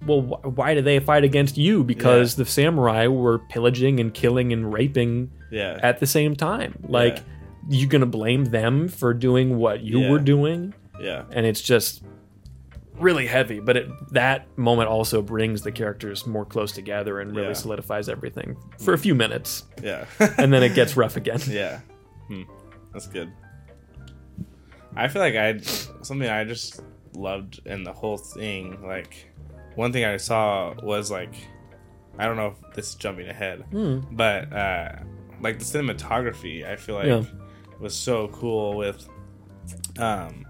Speaker 1: well wh- why do they fight against you because the samurai were pillaging and killing and raping
Speaker 2: yeah
Speaker 1: at the same time. Like
Speaker 2: Yeah.
Speaker 1: you gonna blame them for doing what you
Speaker 2: Yeah.
Speaker 1: were doing,
Speaker 2: yeah
Speaker 1: and it's just really heavy. But it, that moment also brings the characters more close together and really
Speaker 2: Yeah.
Speaker 1: solidifies everything for a few minutes,
Speaker 2: yeah
Speaker 1: and
Speaker 2: *laughs*
Speaker 1: then it gets rough again.
Speaker 2: Yeah. Hmm. That's good. I feel like I something I just loved in the whole thing. Like one thing I saw was like I don't know if this is jumping ahead,
Speaker 1: Hmm.
Speaker 2: but uh, like the cinematography, I feel like
Speaker 1: Yeah.
Speaker 2: was so cool with um,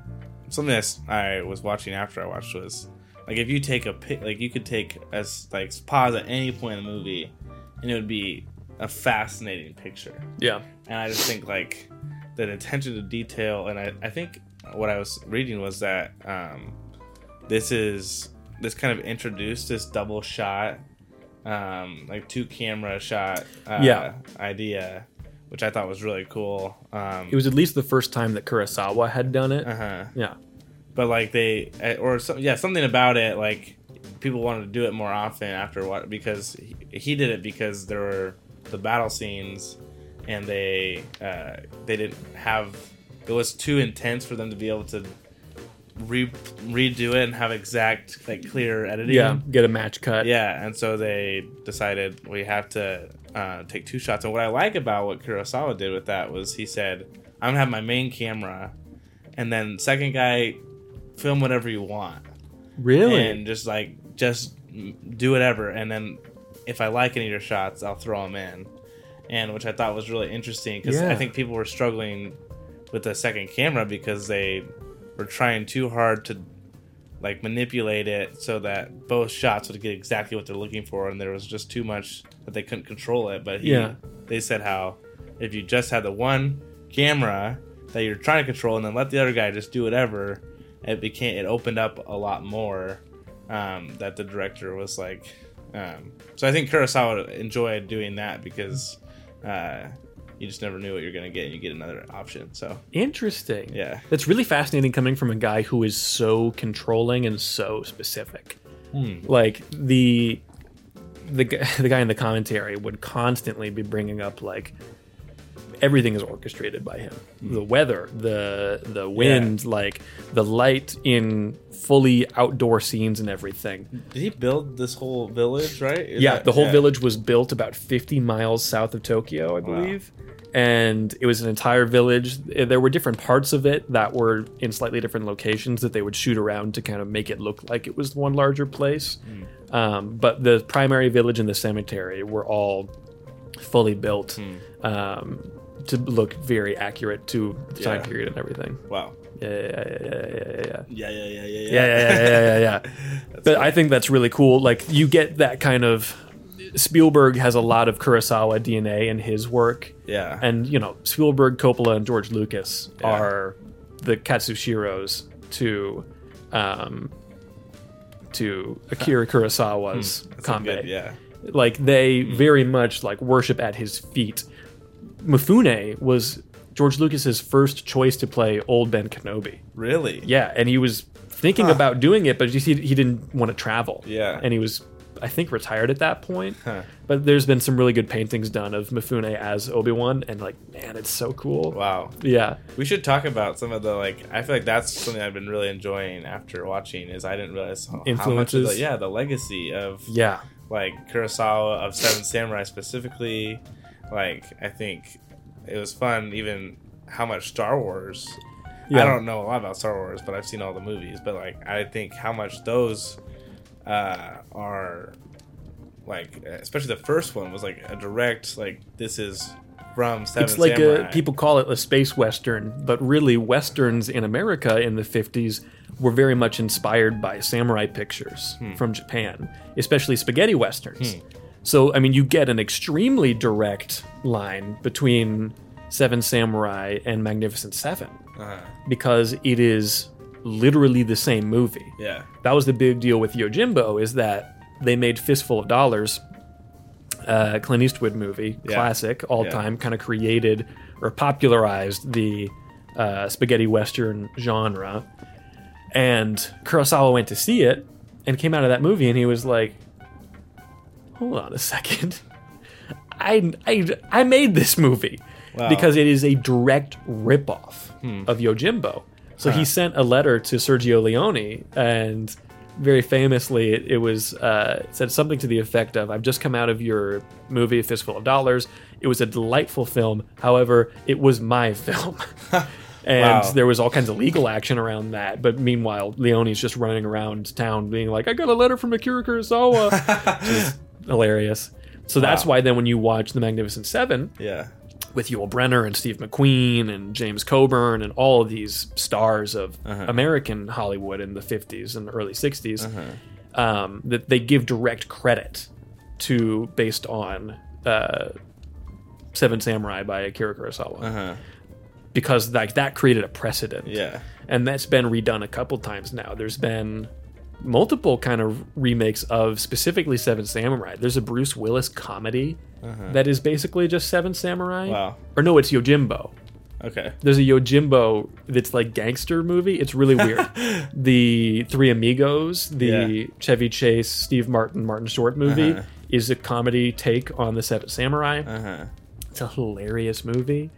Speaker 2: something that I was watching after I watched was like if you take a pic, like you could take as like pause at any point in the movie, and it would be a fascinating picture
Speaker 1: Yeah,
Speaker 2: and I just think like that attention to detail, and I, I think what I was reading was that um, this is this kind of introduced this double shot, um, like two camera shot, uh,
Speaker 1: Yeah.
Speaker 2: idea, which I thought was really cool. Um,
Speaker 1: it was at least the first time that Kurosawa had done it.
Speaker 2: uh-huh.
Speaker 1: Yeah,
Speaker 2: but like they eh, or so, yeah something about it like people wanted to do it more often after what because he, he did it because there were the battle scenes and they uh, they didn't have it was too intense for them to be able to re, redo it and have exact like clear editing
Speaker 1: yeah, get a match cut.
Speaker 2: yeah, and so they decided we have to uh, take two shots. And what I like about what Kurosawa did with that was he said, "I'm gonna have my main camera, and then second guy, film whatever you want,
Speaker 1: really.
Speaker 2: and just like just do whatever. And then if I like any of your shots, I'll throw them in." And which I thought was really interesting because
Speaker 1: Yeah.
Speaker 2: I think people were struggling with the second camera because they were trying too hard to like manipulate it so that both shots would get exactly what they're looking for and there was just too much that they couldn't control it but he,
Speaker 1: Yeah.
Speaker 2: they said how if you just had the one camera that you're trying to control and then let the other guy just do whatever it became it opened up a lot more um, that the director was like um, so i think kurosawa enjoyed doing that because uh, you just never knew what you're going to get and you get another option so
Speaker 1: Interesting.
Speaker 2: Yeah.
Speaker 1: That's really fascinating coming from a guy who is so controlling and so specific. Like the *laughs* the gu- the guy in the commentary would constantly be bringing up like everything is orchestrated by him. The weather, the the wind, like the light in fully outdoor scenes and everything.
Speaker 2: Did he build this whole village, right? Is
Speaker 1: Yeah,
Speaker 2: that-
Speaker 1: the whole village was built about 50 miles south of Tokyo, I believe. And it was an entire village. Eh, There were different parts of it that were in slightly different locations that they would shoot around to kind of make it look like it was one larger place. Um, but the primary village and the cemetery were all fully built um, to look very accurate to the time
Speaker 2: Yeah.
Speaker 1: period and everything.
Speaker 2: Wow.
Speaker 1: Yeah, yeah, yeah, yeah, yeah, yeah, yeah
Speaker 2: Yeah, yeah, yeah,
Speaker 1: yeah,
Speaker 2: yeah,
Speaker 1: yeah, yeah, yeah, yeah.
Speaker 2: *laughs*
Speaker 1: but I think that's really cool. Like you get that kind of. Spielberg has a lot of Kurosawa DNA in his work,
Speaker 2: Yeah.
Speaker 1: and you know Spielberg, Coppola, and George Lucas are the Katsushiros to, um, to
Speaker 2: *laughs*
Speaker 1: Akira Kurosawa's
Speaker 2: Some
Speaker 1: combat
Speaker 2: Hmm, good- yeah. Hmm.
Speaker 1: like they very much like worship at his feet. Mifune was George Lucas's first choice to play Old Ben Kenobi.
Speaker 2: Really?
Speaker 1: Yeah, and he was thinking about doing it, but he he didn't want to travel.
Speaker 2: Yeah.
Speaker 1: and he was I think retired at that point. But there's been some really good paintings done of Mifune as Obi Wan, and like man, it's so cool.
Speaker 2: Wow.
Speaker 1: Yeah,
Speaker 2: We should talk about some of the like. I feel like that's something I've been really enjoying after watching. Is I didn't realize how- How much of
Speaker 1: Influences?
Speaker 2: the, yeah, the legacy of
Speaker 1: yeah,
Speaker 2: like Kurosawa of Seven Samurai specifically. Like I think it was fun even how much Star Wars.
Speaker 1: Yeah.
Speaker 2: I don't know a lot about Star Wars, but I've seen all the movies. But like I think how much those uh, are like, especially the first one was like a direct like this is from Seven
Speaker 1: it's like
Speaker 2: Samurai.
Speaker 1: a, people call it a space western, but really westerns in America in the 50s were very much inspired by samurai pictures
Speaker 2: Hmm.
Speaker 1: from Japan, especially spaghetti westerns. So I mean, you get an extremely direct line between Seven Samurai and Magnificent 7
Speaker 2: Uh-huh.
Speaker 1: because it is literally the same movie
Speaker 2: yeah
Speaker 1: that was the big deal with Yojimbo is that they made Fistful of Dollars, uh, Clint Eastwood movie,
Speaker 2: Yeah.
Speaker 1: classic all
Speaker 2: Yeah.
Speaker 1: time, kind of created or popularized the uh, spaghetti western genre. And Kurosawa went to see it and came out of that movie and he was like, "Hold on a second, I I I made this movie because it is a direct ripoff of Yojimbo." So he sent a letter to Sergio Leone and. Very famously, it, it was uh, it said something to the effect of, "I've just come out of your movie, Fistful of Dollars. It was a delightful film. However, it was my *laughs* film." and
Speaker 2: Wow.
Speaker 1: there was all kinds of legal action around that. But meanwhile, Leone's just running around town being like, I got a letter from Akira Kurosawa. Which is hilarious. So that's why then when you watch The Magnificent Seven
Speaker 2: yeah
Speaker 1: with Yul Brenner and Steve McQueen and James Coburn and all of these stars of
Speaker 2: Uh-huh.
Speaker 1: American Hollywood in the 50s and early 60s,
Speaker 2: Uh-huh.
Speaker 1: um, that they give direct credit to based on uh, Seven Samurai by Akira Kurosawa.
Speaker 2: uh-huh.
Speaker 1: Because like that created a precedent
Speaker 2: yeah
Speaker 1: and that's been redone a couple times now. There's been multiple kind of remakes of specifically Seven Samurai. There's a Bruce Willis comedy that is basically just Seven Samurai.
Speaker 2: Wow.
Speaker 1: Or no, it's Yojimbo.
Speaker 2: okay
Speaker 1: There's a Yojimbo that's like gangster movie. It's really
Speaker 2: *laughs*
Speaker 1: weird. the Three Amigos, the
Speaker 2: Yeah.
Speaker 1: Chevy Chase, Steve Martin, Martin Short movie is a comedy take on the Seven Samurai.
Speaker 2: uh-huh
Speaker 1: It's a hilarious movie.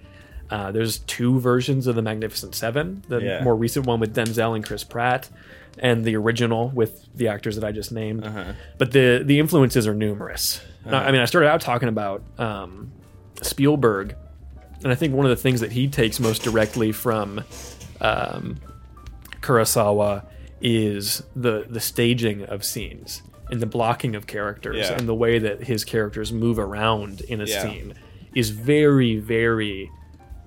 Speaker 1: Uh, there's two versions of The Magnificent Seven the
Speaker 2: Yeah.
Speaker 1: more recent one with Denzel and Chris Pratt, and the original with the actors that I just named.
Speaker 2: Uh-huh.
Speaker 1: But the, the influences are numerous. Now, I mean, I started out talking about um, Spielberg, and I think one of the things that he takes most directly from um, Kurosawa is the, the staging of scenes and the blocking of characters
Speaker 2: Yeah.
Speaker 1: and the way that his characters move around in a
Speaker 2: Yeah.
Speaker 1: scene is very very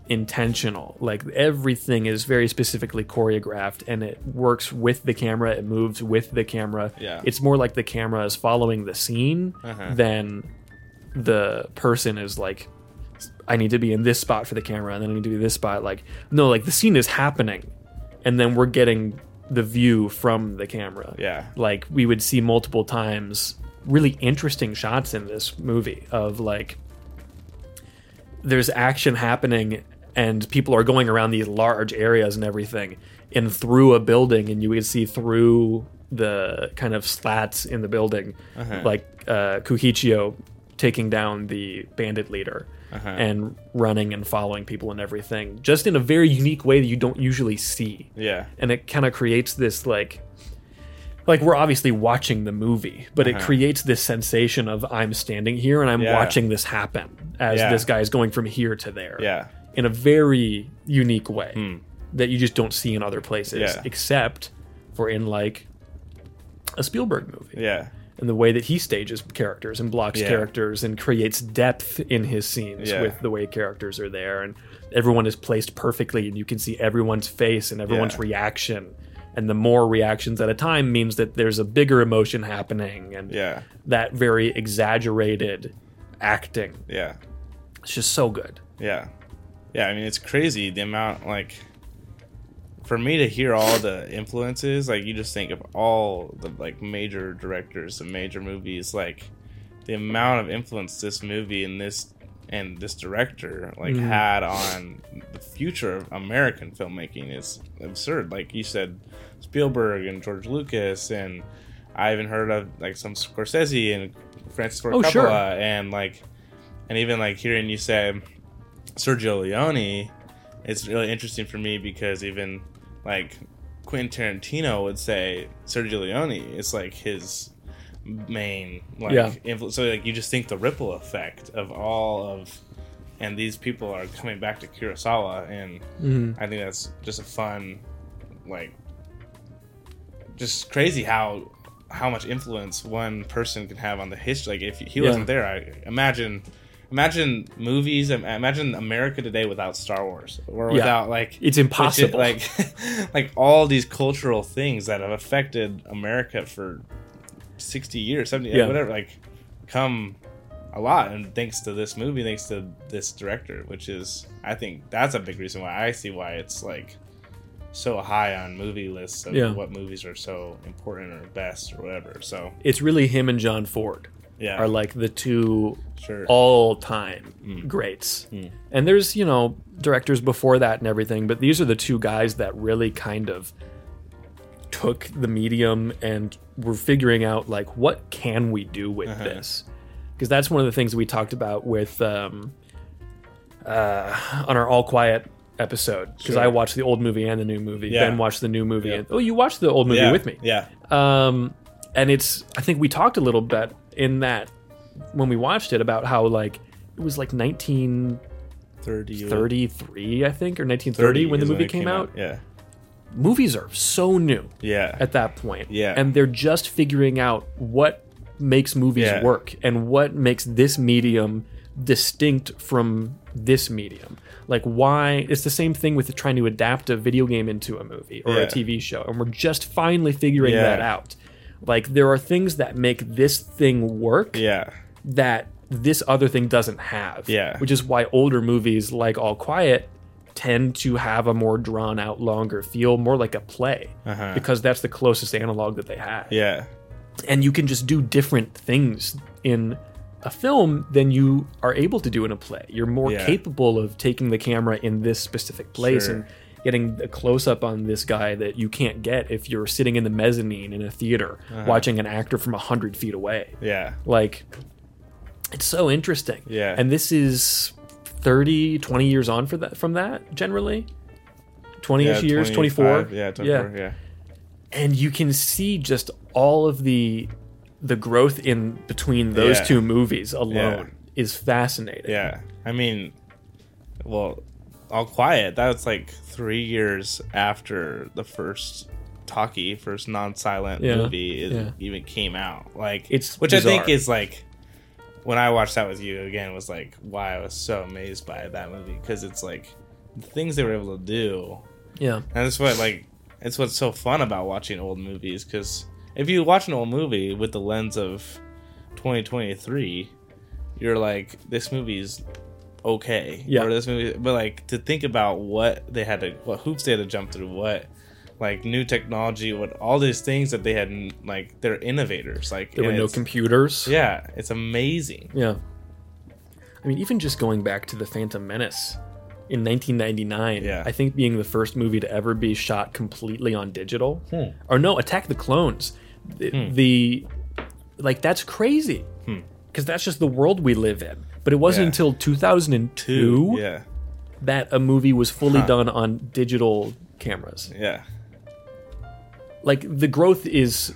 Speaker 1: intentional like everything is very specifically choreographed and it works with the camera it moves with the camera
Speaker 2: Yeah. Uh-huh.
Speaker 1: it's more like the camera is following the scene than the person is like i need to be in this spot for the camera and then i need to be this spot like no like the scene is happening and then we're getting the view from the camera
Speaker 2: yeah
Speaker 1: like we would see multiple times really interesting shots in this movie of like there's action happening and people are going around these large areas and everything and through a building and you would see through the kind of slats in the building like uh, Kuhichio taking down the bandit leader and running and following people and everything, just in a very unique way that you don't usually see
Speaker 2: Yeah.
Speaker 1: and it kind of creates this like like we're obviously watching the movie but it creates this sensation of i'm standing here and i'm
Speaker 2: Uh-huh. Yeah.
Speaker 1: watching this happen as
Speaker 2: Yeah.
Speaker 1: this guy is going from here to there
Speaker 2: Yeah. Hmm.
Speaker 1: in a very unique way that you just don't see in other places
Speaker 2: Yeah.
Speaker 1: except for in like a spielberg movie
Speaker 2: Yeah.
Speaker 1: and the way that he stages characters and blocks
Speaker 2: Yeah.
Speaker 1: characters and creates depth in his scenes
Speaker 2: Yeah.
Speaker 1: with the way characters are there and everyone is placed perfectly and you can see everyone's face and everyone's
Speaker 2: Yeah.
Speaker 1: reaction and the more reactions at a time means that there's a bigger emotion happening and
Speaker 2: Yeah.
Speaker 1: that very exaggerated acting
Speaker 2: Yeah.
Speaker 1: it's just so good
Speaker 2: Yeah. Yeah, I mean it's crazy the amount like for me to hear all the influences, like you just think of all the like major directors and major movies, like the amount of influence this movie and this and this director like
Speaker 1: Mm-hmm.
Speaker 2: had on the future of American filmmaking is absurd. Like you said, Spielberg and George Lucas and I even heard of like some Scorsese and Francis Ford
Speaker 1: Oh,
Speaker 2: Coppola
Speaker 1: sure.
Speaker 2: and like and even like hearing you say Sergio Leone, it's really interesting for me because even like Quentin Tarantino would say Sergio Leone is like his main like
Speaker 1: Yeah.
Speaker 2: influ- so like you just think the ripple effect of all of and these people are coming back to Kurosawa and I think that's just a fun like just crazy how how much influence one person can have on the history like if he wasn't
Speaker 1: Yeah.
Speaker 2: there I imagine imagine movies im- imagine America today without Star Wars or without like
Speaker 1: It's impossible.
Speaker 2: legit, like *laughs* like all these cultural things that have affected America for 60 years 70
Speaker 1: Yeah.
Speaker 2: whatever like come a lot and thanks to this movie thanks to this director which is i think that's a big reason why i see why it's like so high on movie lists of
Speaker 1: Yeah.
Speaker 2: what movies are so important or best or whatever so
Speaker 1: it's really him and john ford
Speaker 2: yeah
Speaker 1: are like the two
Speaker 2: sure Mm.
Speaker 1: all time greats. And there's, you know, directors before that and everything, but these are the two guys that really kind of took the medium and were figuring out like what can we do with
Speaker 2: Uh-huh.
Speaker 1: this? Because that's one of the things we talked about with um, uh, on our All Quiet episode. Because
Speaker 2: Sure.
Speaker 1: I watched the old movie and the new movie.
Speaker 2: Yeah.
Speaker 1: Ben watched the new movie.
Speaker 2: Yeah.
Speaker 1: And, oh, you watched the old movie
Speaker 2: yeah
Speaker 1: with me.
Speaker 2: yeah
Speaker 1: Um, and it's I think we talked a little bit in that when we watched it about how like it was like
Speaker 2: 30
Speaker 1: 1933 I think or 1930 when the
Speaker 2: is
Speaker 1: movie
Speaker 2: it
Speaker 1: came, out.
Speaker 2: yeah
Speaker 1: Movies are so new
Speaker 2: yeah
Speaker 1: at that point.
Speaker 2: Yeah.
Speaker 1: And they're just figuring out what makes movies
Speaker 2: Yeah.
Speaker 1: work and what makes this medium distinct from this medium. Like why it's the same thing with trying to adapt a video game into a movie or
Speaker 2: Yeah.
Speaker 1: a TV show and we're just finally figuring
Speaker 2: Yeah.
Speaker 1: that out. Like there are things that make this thing work
Speaker 2: yeah
Speaker 1: that this other thing doesn't have.
Speaker 2: Yeah.
Speaker 1: Which is why older movies like All Quiet tend to have a more drawn out, longer feel, more like a play,
Speaker 2: Uh-huh.
Speaker 1: because that's the closest analog that they have.
Speaker 2: yeah
Speaker 1: And you can just do different things in a film than you are able to do in a play. You're more
Speaker 2: Yeah.
Speaker 1: capable of taking the camera in this specific place
Speaker 2: Sure.
Speaker 1: and getting a close up on this guy that you can't get if you're sitting in the mezzanine in a theater
Speaker 2: Uh-huh.
Speaker 1: watching an actor from 100 feet away
Speaker 2: yeah
Speaker 1: like it's so interesting
Speaker 2: Yeah.
Speaker 1: and this is 30 20 years on for that from that generally 20ish
Speaker 2: Yeah,
Speaker 1: years 24
Speaker 2: 25, yeah 24 yeah
Speaker 1: and you can see just all of the the growth in between those
Speaker 2: Yeah.
Speaker 1: two movies alone is fascinating
Speaker 2: Yeah, I mean, well, all quiet. That was like three years after the first talkie, first non-silent
Speaker 1: Yeah,
Speaker 2: movie is,
Speaker 1: yeah.
Speaker 2: even came out. Like
Speaker 1: It's
Speaker 2: which I think
Speaker 1: bizarre.
Speaker 2: is like when I watched that with you again was like why I was so amazed by that movie because it's like the things they were able to do
Speaker 1: yeah
Speaker 2: and that's what like it's what's so fun about watching old movies because if you watch an old movie with the lens of 2023, you're like this movie's okay.
Speaker 1: Yeah.
Speaker 2: Or this movie, but like to think about what they had to, what hoops they had to jump through, what like new technology, what all these things that they had, like they're innovators. Like
Speaker 1: there were
Speaker 2: and
Speaker 1: no
Speaker 2: it's-
Speaker 1: computers
Speaker 2: Yeah, it's amazing.
Speaker 1: yeah i mean even just going back to the phantom menace in 1999
Speaker 2: Yeah.
Speaker 1: i think being the first movie to ever be shot completely on digital
Speaker 2: Hmm.
Speaker 1: or no attack the clones the, the- like that's crazy because that's just the world we live in. But it wasn't
Speaker 2: Hmm. Yeah.
Speaker 1: until 2002
Speaker 2: Yeah.
Speaker 1: that a movie was fully done on digital cameras.
Speaker 2: Yeah.
Speaker 1: Like the growth is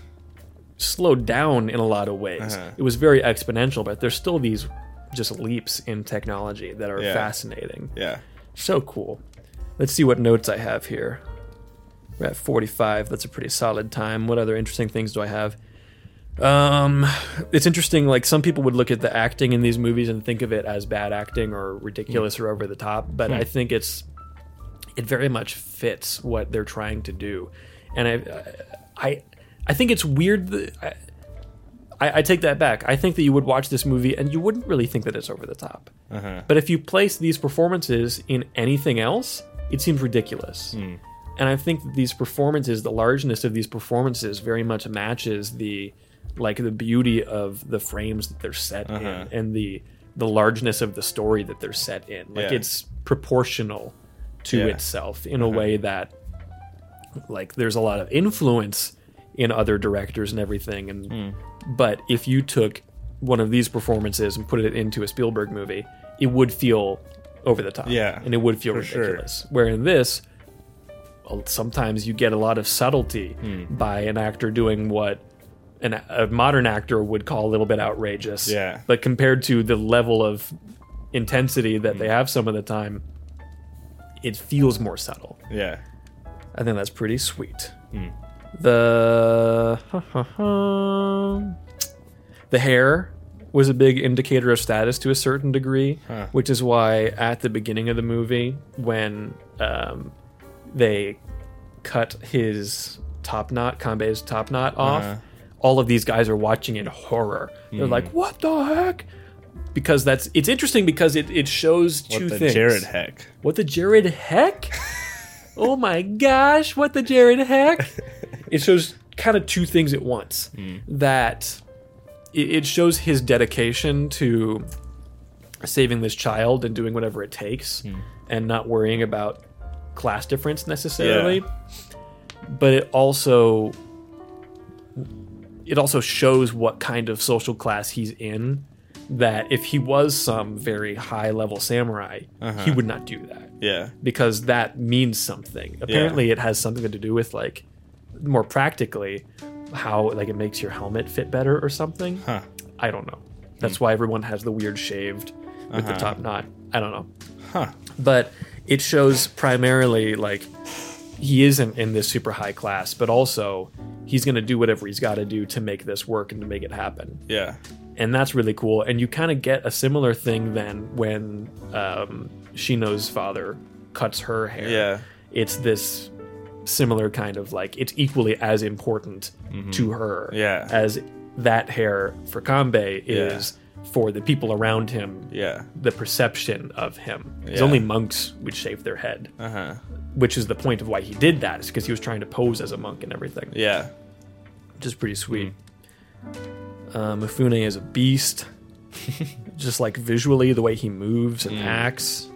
Speaker 1: slowed down in a lot of ways. It was very exponential, but there's still these just leaps in technology that are
Speaker 2: Yeah.
Speaker 1: fascinating.
Speaker 2: Yeah.
Speaker 1: So cool. Let's see what notes I have here. We're at 45. That's a pretty solid time. What other interesting things do I have? Um, it's interesting. Like some people would look at the acting in these movies and think of it as bad acting or ridiculous or over the top, but I think it's it very much fits what they're trying to do, and I I I think it's weird. That, I, I, I take that back. I think that you would watch this movie and you wouldn't really think that it's over the top. But if you place these performances in anything else, it seems ridiculous. And I think that these performances, the largeness of these performances, very much matches the like the beauty of the frames that they're set in and the the largeness of the story that they're set in. Like
Speaker 2: Yeah.
Speaker 1: it's proportional to
Speaker 2: Yeah. Uh-huh.
Speaker 1: itself in a way that like there's a lot of influence in other directors and everything and
Speaker 2: Hmm.
Speaker 1: but if you took one of these performances and put it into a Spielberg movie it would feel over the top
Speaker 2: Yeah,
Speaker 1: and it would feel
Speaker 2: for sure.
Speaker 1: ridiculous where in this well, sometimes you get a lot of subtlety
Speaker 2: Hmm.
Speaker 1: by an actor doing what an, a modern actor would call a little bit outrageous
Speaker 2: Yeah.
Speaker 1: but compared to the level of intensity that they have some of the time it feels more subtle
Speaker 2: Yeah.
Speaker 1: I think that's pretty sweet.
Speaker 2: Hmm.
Speaker 1: The the hair was a big indicator of status to a certain degree, which is why at the beginning of the movie, when um, they cut his top knot, Kanbe's top knot
Speaker 2: Uh-huh.
Speaker 1: off, all of these guys are watching in horror. They're
Speaker 2: Hmm.
Speaker 1: like, "What the heck?" Because that's it's interesting because it, it shows two
Speaker 2: the
Speaker 1: things.
Speaker 2: Jared Heck.
Speaker 1: What the Jared heck? oh my gosh, what the Jared heck? It shows kind of two things at once. That it it shows his dedication to saving this child and doing whatever it takes and not worrying about class difference necessarily. But it also it also shows what kind of social class he's in that if he was some very high level samurai, he would not do that
Speaker 2: Yeah.
Speaker 1: because that means something. Apparently, it has something to do with like more practically how like it makes your helmet fit better or something.
Speaker 2: Huh. Hmm.
Speaker 1: I don't know. That's why everyone has the weird shaved with the top knot. I don't know.
Speaker 2: Uh-huh. Huh.
Speaker 1: But it shows primarily like he isn't in this super high class, but also he's going to do whatever he's got to do to make this work and to make it happen
Speaker 2: Yeah.
Speaker 1: and that's really cool. And you kind of get a similar thing then when um, Shino's father cuts her hair.
Speaker 2: Yeah.
Speaker 1: it's this similar kind of like it's equally as important to her
Speaker 2: Mm-hmm. Yeah.
Speaker 1: as that hair for Kanbe is for the people around him.
Speaker 2: Yeah.
Speaker 1: The perception of him. Because
Speaker 2: Yeah.
Speaker 1: only monks would shave their head,
Speaker 2: Uh huh.
Speaker 1: which is the point of why he did that, is because he was trying to pose as a monk and everything
Speaker 2: Yeah.
Speaker 1: which is pretty sweet.
Speaker 2: Hmm.
Speaker 1: Uh, Mifune is a
Speaker 2: *laughs*
Speaker 1: beast, just like visually, the way he moves
Speaker 2: Hmm.
Speaker 1: and acts.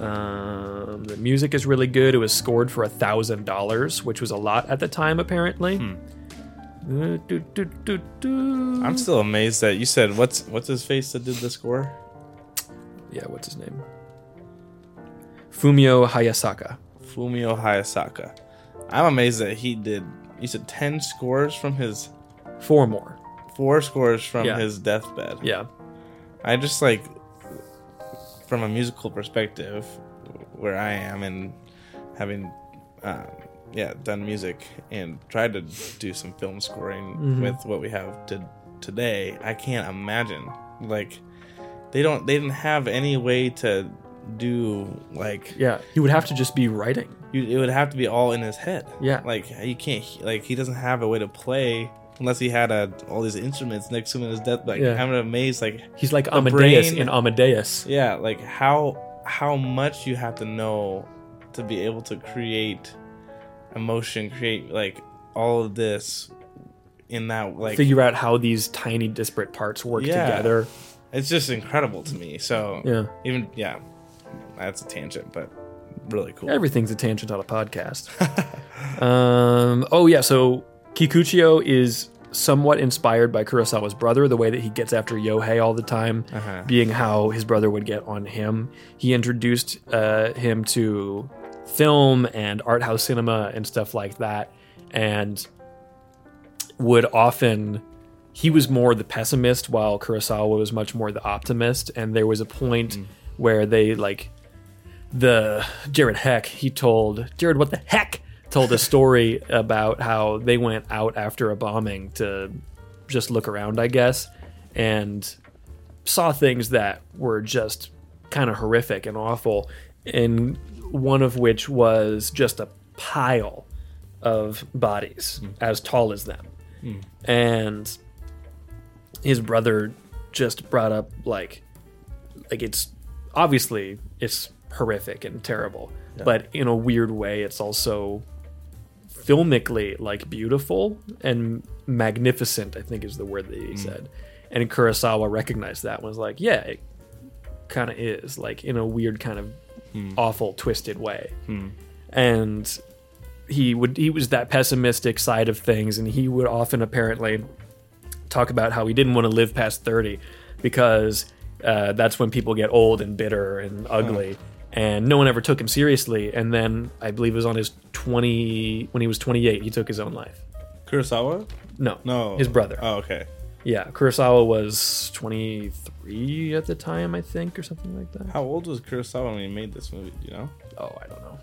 Speaker 1: Um, the music is really good. It was scored for a thousand dollars, which was a lot at the time, apparently.
Speaker 2: Hmm.
Speaker 1: Uh, do, do, do, do.
Speaker 2: I'm still amazed that you said what's what's his face that did the score?
Speaker 1: Yeah, what's his name? Fumio Hayasaka.
Speaker 2: Fumio Hayasaka. I'm amazed that he did. You said ten scores from his
Speaker 1: Four more.
Speaker 2: four scores from
Speaker 1: Yeah.
Speaker 2: his deathbed.
Speaker 1: Yeah.
Speaker 2: I just like from a musical perspective, where I am and having, um, yeah, done music and tried to do some film scoring
Speaker 1: Mm-hmm.
Speaker 2: with what we have to today. I can't imagine like they don't they didn't have any way to do like
Speaker 1: Yeah. He would have to just be writing.
Speaker 2: you, it would have to be all in his head.
Speaker 1: Yeah.
Speaker 2: like you can't like he doesn't have a way to play unless he had uh all these instruments next to him in his death. Like
Speaker 1: Yeah.
Speaker 2: I'm amazed like.
Speaker 1: He's like Amadeus
Speaker 2: brain-
Speaker 1: in Amadeus.
Speaker 2: Yeah, like how how much you have to know to be able to create emotion, create like all of this in that like
Speaker 1: Figure out how these tiny disparate parts work
Speaker 2: Yeah.
Speaker 1: together.
Speaker 2: it's just incredible to me. So
Speaker 1: Yeah.
Speaker 2: even yeah, that's a tangent, but really cool.
Speaker 1: Everything's a tangent on a podcast. um, oh yeah, so Kikuchio is somewhat inspired by Kurosawa's brother, the way that he gets after Yohei all the time, being how his brother would get on him. He introduced uh, him to film and art house cinema and stuff like that, and would often he was more the pessimist while Kurosawa was much more the optimist. And there was a point where they like the Jared Heck, he told Jared what the heck told a story about how they went out after a bombing to just look around, I guess, and saw things that were just kind of horrific and awful, and one of which was just a pile of bodies as tall as them. And his brother just brought up like like it's obviously it's horrific and terrible but in a weird way it's also filmically like beautiful and magnificent i think is the word that he said and kurosawa recognized that and was like yeah it kind of is like in a weird kind of awful twisted way and he would he was that pessimistic side of things and he would often apparently talk about how he didn't want to live past 30 because uh, that's when people get old and bitter and ugly
Speaker 2: Hmm.
Speaker 1: and no one ever took him seriously and then i believe it was on his 20 when he was 28 he took his own life
Speaker 2: Kurosawa?
Speaker 1: no
Speaker 2: No.
Speaker 1: his brother
Speaker 2: Oh, okay.
Speaker 1: yeah kurosawa was 23 at the time i think or something like that
Speaker 2: How old was Kurosawa when he made this movie? Do you know?
Speaker 1: oh i don't know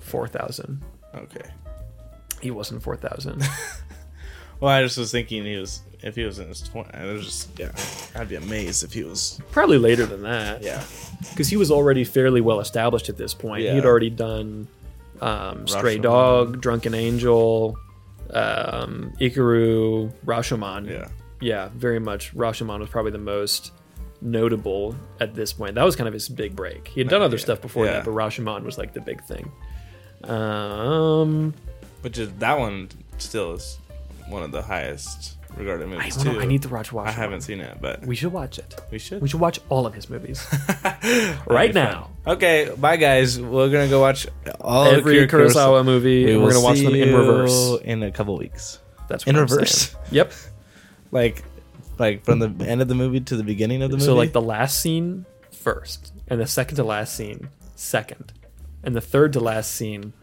Speaker 1: 4000
Speaker 2: Okay.
Speaker 1: he wasn't 4000
Speaker 2: Well, I just was thinking he was if he was in his twenties. I was just yeah, I'd be amazed if he was
Speaker 1: *laughs* probably later than that
Speaker 2: yeah.
Speaker 1: because he was already fairly well established at this point. He had
Speaker 2: Yeah.
Speaker 1: already done um, Stray
Speaker 2: Rashomon.
Speaker 1: Dog, Drunken Angel, um, Ikaru, Rashomon.
Speaker 2: Yeah.
Speaker 1: yeah, very much. Rashomon was probably the most notable at this point. That was kind of his big break. He had done other
Speaker 2: yeah.
Speaker 1: stuff before
Speaker 2: Yeah.
Speaker 1: that, but Rashomon was like the big thing. Um,
Speaker 2: But just that one still is one of the highest regarded
Speaker 1: I,
Speaker 2: movies
Speaker 1: don't know,
Speaker 2: too.
Speaker 1: I need to watch Rashomon.
Speaker 2: I haven't seen it, but
Speaker 1: We should watch it.
Speaker 2: we should.
Speaker 1: We should watch all of his
Speaker 2: *laughs*
Speaker 1: movies right now.
Speaker 2: Okay, bye guys. We're gonna go watch all of
Speaker 1: Every
Speaker 2: Akira
Speaker 1: Kurosawa movie,
Speaker 2: We
Speaker 1: and
Speaker 2: will
Speaker 1: we're gonna watch
Speaker 2: see
Speaker 1: them in
Speaker 2: you
Speaker 1: reverse.
Speaker 2: in a couple weeks.
Speaker 1: That's what
Speaker 2: In
Speaker 1: I'm
Speaker 2: reverse?
Speaker 1: saying. Yep.
Speaker 2: Like, like from the end of the movie to the beginning of the movie.
Speaker 1: So like the last scene first, and the second to last scene second, and the third to last scene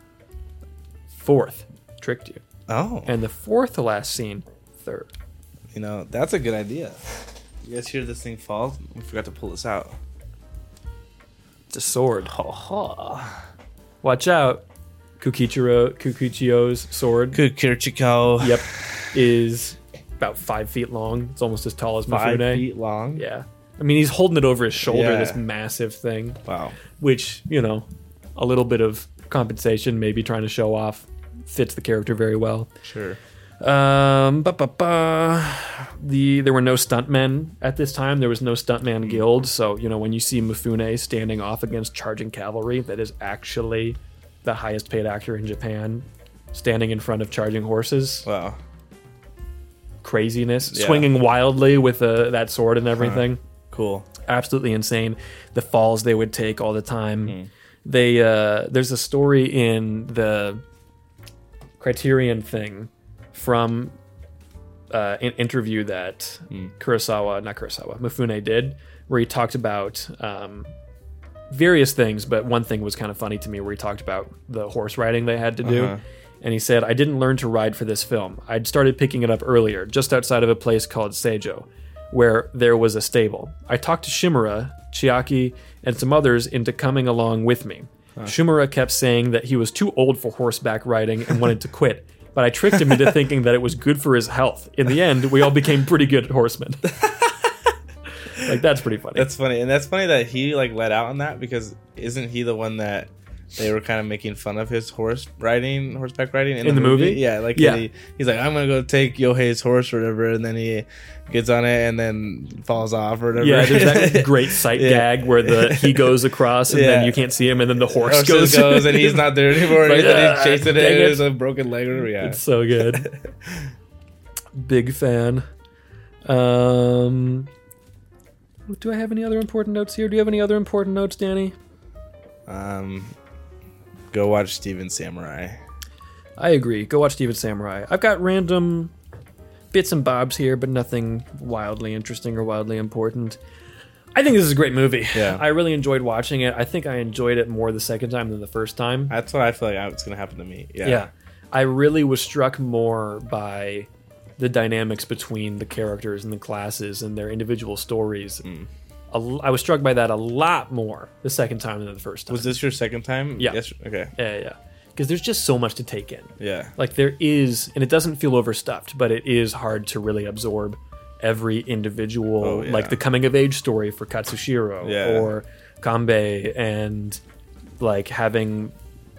Speaker 1: fourth. Tricked you.
Speaker 2: oh,
Speaker 1: And the fourth to last scene third.
Speaker 2: you know that's a good idea. You guys hear this thing fall? We forgot to pull this out.
Speaker 1: It's a sword. Watch out. Kukichiro Kukichio's sword.
Speaker 2: Kukirchiko.
Speaker 1: yep. Is about five feet long. It's almost as tall as
Speaker 2: Five
Speaker 1: Mifune.
Speaker 2: feet long.
Speaker 1: Yeah. I mean he's holding it over his shoulder,
Speaker 2: Yeah.
Speaker 1: this massive thing.
Speaker 2: Wow.
Speaker 1: which you know a little bit of compensation maybe trying to show off fits the character very well
Speaker 2: Sure.
Speaker 1: um ba, ba, ba. the there were no stuntmen at this time there was no stuntman guild so you know when you see mifune standing off against charging cavalry that is actually the highest paid actor in japan standing in front of charging horses
Speaker 2: Wow.
Speaker 1: craziness
Speaker 2: Yeah.
Speaker 1: swinging wildly with uh, that sword and everything
Speaker 2: Cool.
Speaker 1: absolutely insane. The falls they would take all the time. They uh, there's a story in the Criterion thing from uh, an interview that Kurosawa, not Kurosawa, Mifune did, where he talked about um, various things, but one thing was kind of funny to me where he talked about the horse riding they had to do.
Speaker 2: Uh-huh.
Speaker 1: And he said, I didn't learn to ride for this film. I'd started picking it up earlier, just outside of a place called Seijo, where there was a stable. I talked to Shimura, Chiaki, and some others into coming along with me. Shimura kept saying that he was too old for horseback riding and wanted to quit, but I tricked him
Speaker 2: *laughs*
Speaker 1: into thinking that it was good for his health. In the end, we all became pretty good at
Speaker 2: *laughs*
Speaker 1: horsemen. like, that's pretty funny.
Speaker 2: That's funny, and that's funny that he like let out on that because isn't he the one that they were kind of making fun of his horse riding, horseback riding in,
Speaker 1: the movie?
Speaker 2: Yeah, like
Speaker 1: Yeah.
Speaker 2: He, he's like, I'm gonna go take Yohei's horse or whatever, and then he gets on it and then falls off or whatever.
Speaker 1: Yeah, there's
Speaker 2: *laughs*
Speaker 1: that great sight
Speaker 2: Yeah.
Speaker 1: gag where the he goes across and
Speaker 2: Yeah.
Speaker 1: then you can't see him, and then the horse,
Speaker 2: horse
Speaker 1: goes,
Speaker 2: goes, goes and
Speaker 1: *laughs*
Speaker 2: he's not there anymore.
Speaker 1: Like,
Speaker 2: and then
Speaker 1: "Ah,
Speaker 2: he's chasing it.
Speaker 1: dang
Speaker 2: and
Speaker 1: it."
Speaker 2: There's a broken leg or whatever. Yeah.
Speaker 1: It's so
Speaker 2: *laughs*
Speaker 1: good. Big fan. Um, do I have any other important notes here? Do you have any other important notes, Danny?
Speaker 2: Um, go watch Steven Samurai.
Speaker 1: I agree. Go watch Steven Samurai. I've got random bits and bobs here, but nothing wildly interesting or wildly important. I think this is a great movie.
Speaker 2: Yeah.
Speaker 1: I really enjoyed watching it. I think I enjoyed it more the second time than the first time.
Speaker 2: That's what I feel like I- it's gonna happen to me. Yeah.
Speaker 1: yeah. I really was struck more by the dynamics between the characters and the classes and their individual stories.
Speaker 2: Mm.
Speaker 1: A l- I was struck by that a lot more the second time than the first time.
Speaker 2: Was this your second time?
Speaker 1: Yeah.
Speaker 2: Yes. Okay.
Speaker 1: yeah, yeah. Because there's just so much to take in.
Speaker 2: Yeah.
Speaker 1: Like there is, and it doesn't feel overstuffed, but it is hard to really absorb every individual,
Speaker 2: Oh, yeah.
Speaker 1: like the coming of age story for Katsushiro
Speaker 2: Yeah.
Speaker 1: or Kanbei, and like having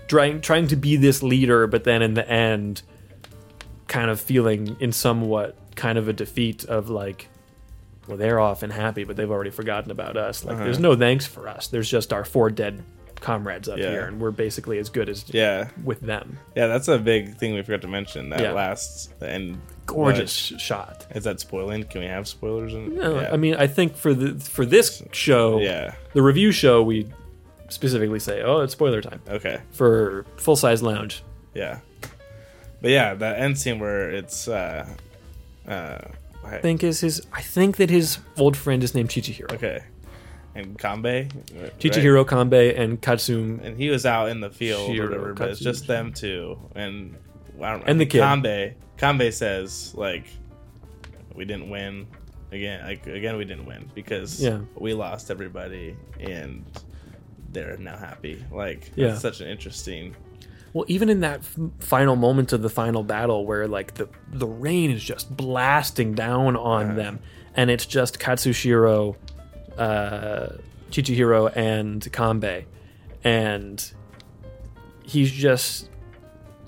Speaker 1: trying trying to be this leader, but then in the end, kind of feeling in somewhat kind of a defeat of like. Well, they're off and happy, but they've already forgotten about us. Like,
Speaker 2: Uh-huh.
Speaker 1: there's no thanks for us. There's just our four dead comrades up
Speaker 2: Yeah.
Speaker 1: here, and we're basically as good as
Speaker 2: Yeah.
Speaker 1: with them.
Speaker 2: Yeah. That's a big thing we forgot to mention. That
Speaker 1: Yeah.
Speaker 2: last and
Speaker 1: gorgeous shot.
Speaker 2: Is that spoiling? Can we have spoilers? In?
Speaker 1: No, I mean, I think for the for this show,
Speaker 2: Yeah.
Speaker 1: the review show, we specifically say, "Oh, it's spoiler time."
Speaker 2: Okay.
Speaker 1: For full size lounge,
Speaker 2: Yeah. But yeah, that end scene where it's uh, uh,
Speaker 1: I think is his. I think that his old friend is named Chichihiro.
Speaker 2: okay, and Kanbei. right?
Speaker 1: Chichihiro Kanbei and Katsum.
Speaker 2: and he was out in the field or
Speaker 1: Shiro
Speaker 2: whatever, but it's
Speaker 1: Katsushi.
Speaker 2: just them two. And I don't, I
Speaker 1: And the
Speaker 2: think
Speaker 1: kid.
Speaker 2: Kanbei. Kanbei says like, we didn't win again. Like again, we didn't win because
Speaker 1: Yeah.
Speaker 2: we lost everybody, and they're now happy. Like that's
Speaker 1: Yeah.
Speaker 2: such an interesting.
Speaker 1: Well, even in that f- final moment of the final battle, where like the the rain is just blasting down on them, and it's just Katsushiro, uh, Chichihiro, and Kanbei, and he's just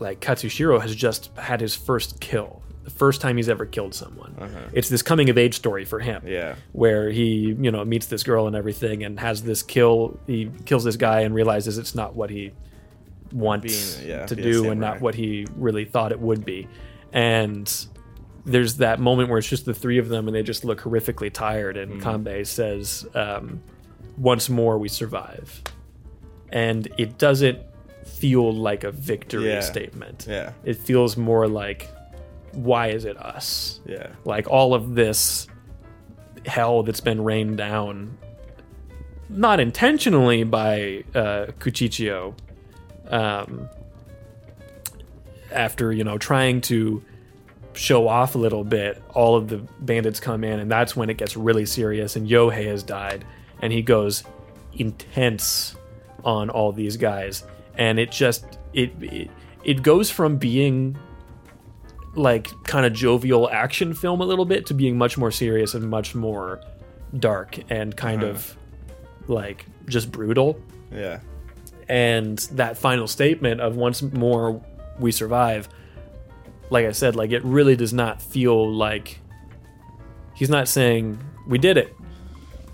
Speaker 1: like Katsushiro has just had his first kill, the first time he's ever killed someone. It's this coming of age story for him
Speaker 2: Yeah.
Speaker 1: where he you know meets this girl and everything and has this kill he kills this guy and realizes it's not what he wants
Speaker 2: Being- yeah,
Speaker 1: to
Speaker 2: be a
Speaker 1: do and
Speaker 2: samurai.
Speaker 1: not what he really thought it would be and there's that moment where it's just the three of them and they just look horrifically tired and
Speaker 2: Mm.
Speaker 1: kanbei says um, once more we survive and it doesn't feel like a victory
Speaker 2: Yeah.
Speaker 1: statement
Speaker 2: Yeah.
Speaker 1: it feels more like why is it us
Speaker 2: Yeah.
Speaker 1: like all of this hell that's been rained down not intentionally by uh Cuchichio um after you know trying to show off a little bit all of the bandits come in and that's when it gets really serious and Yohei has died and he goes intense on all these guys and it just it it, it goes from being like kind of jovial action film a little bit to being much more serious and much more dark and kind
Speaker 2: Uh-huh.
Speaker 1: of like just brutal
Speaker 2: Yeah.
Speaker 1: and that final statement of once more we survive like i said like it really does not feel like he's not saying we did it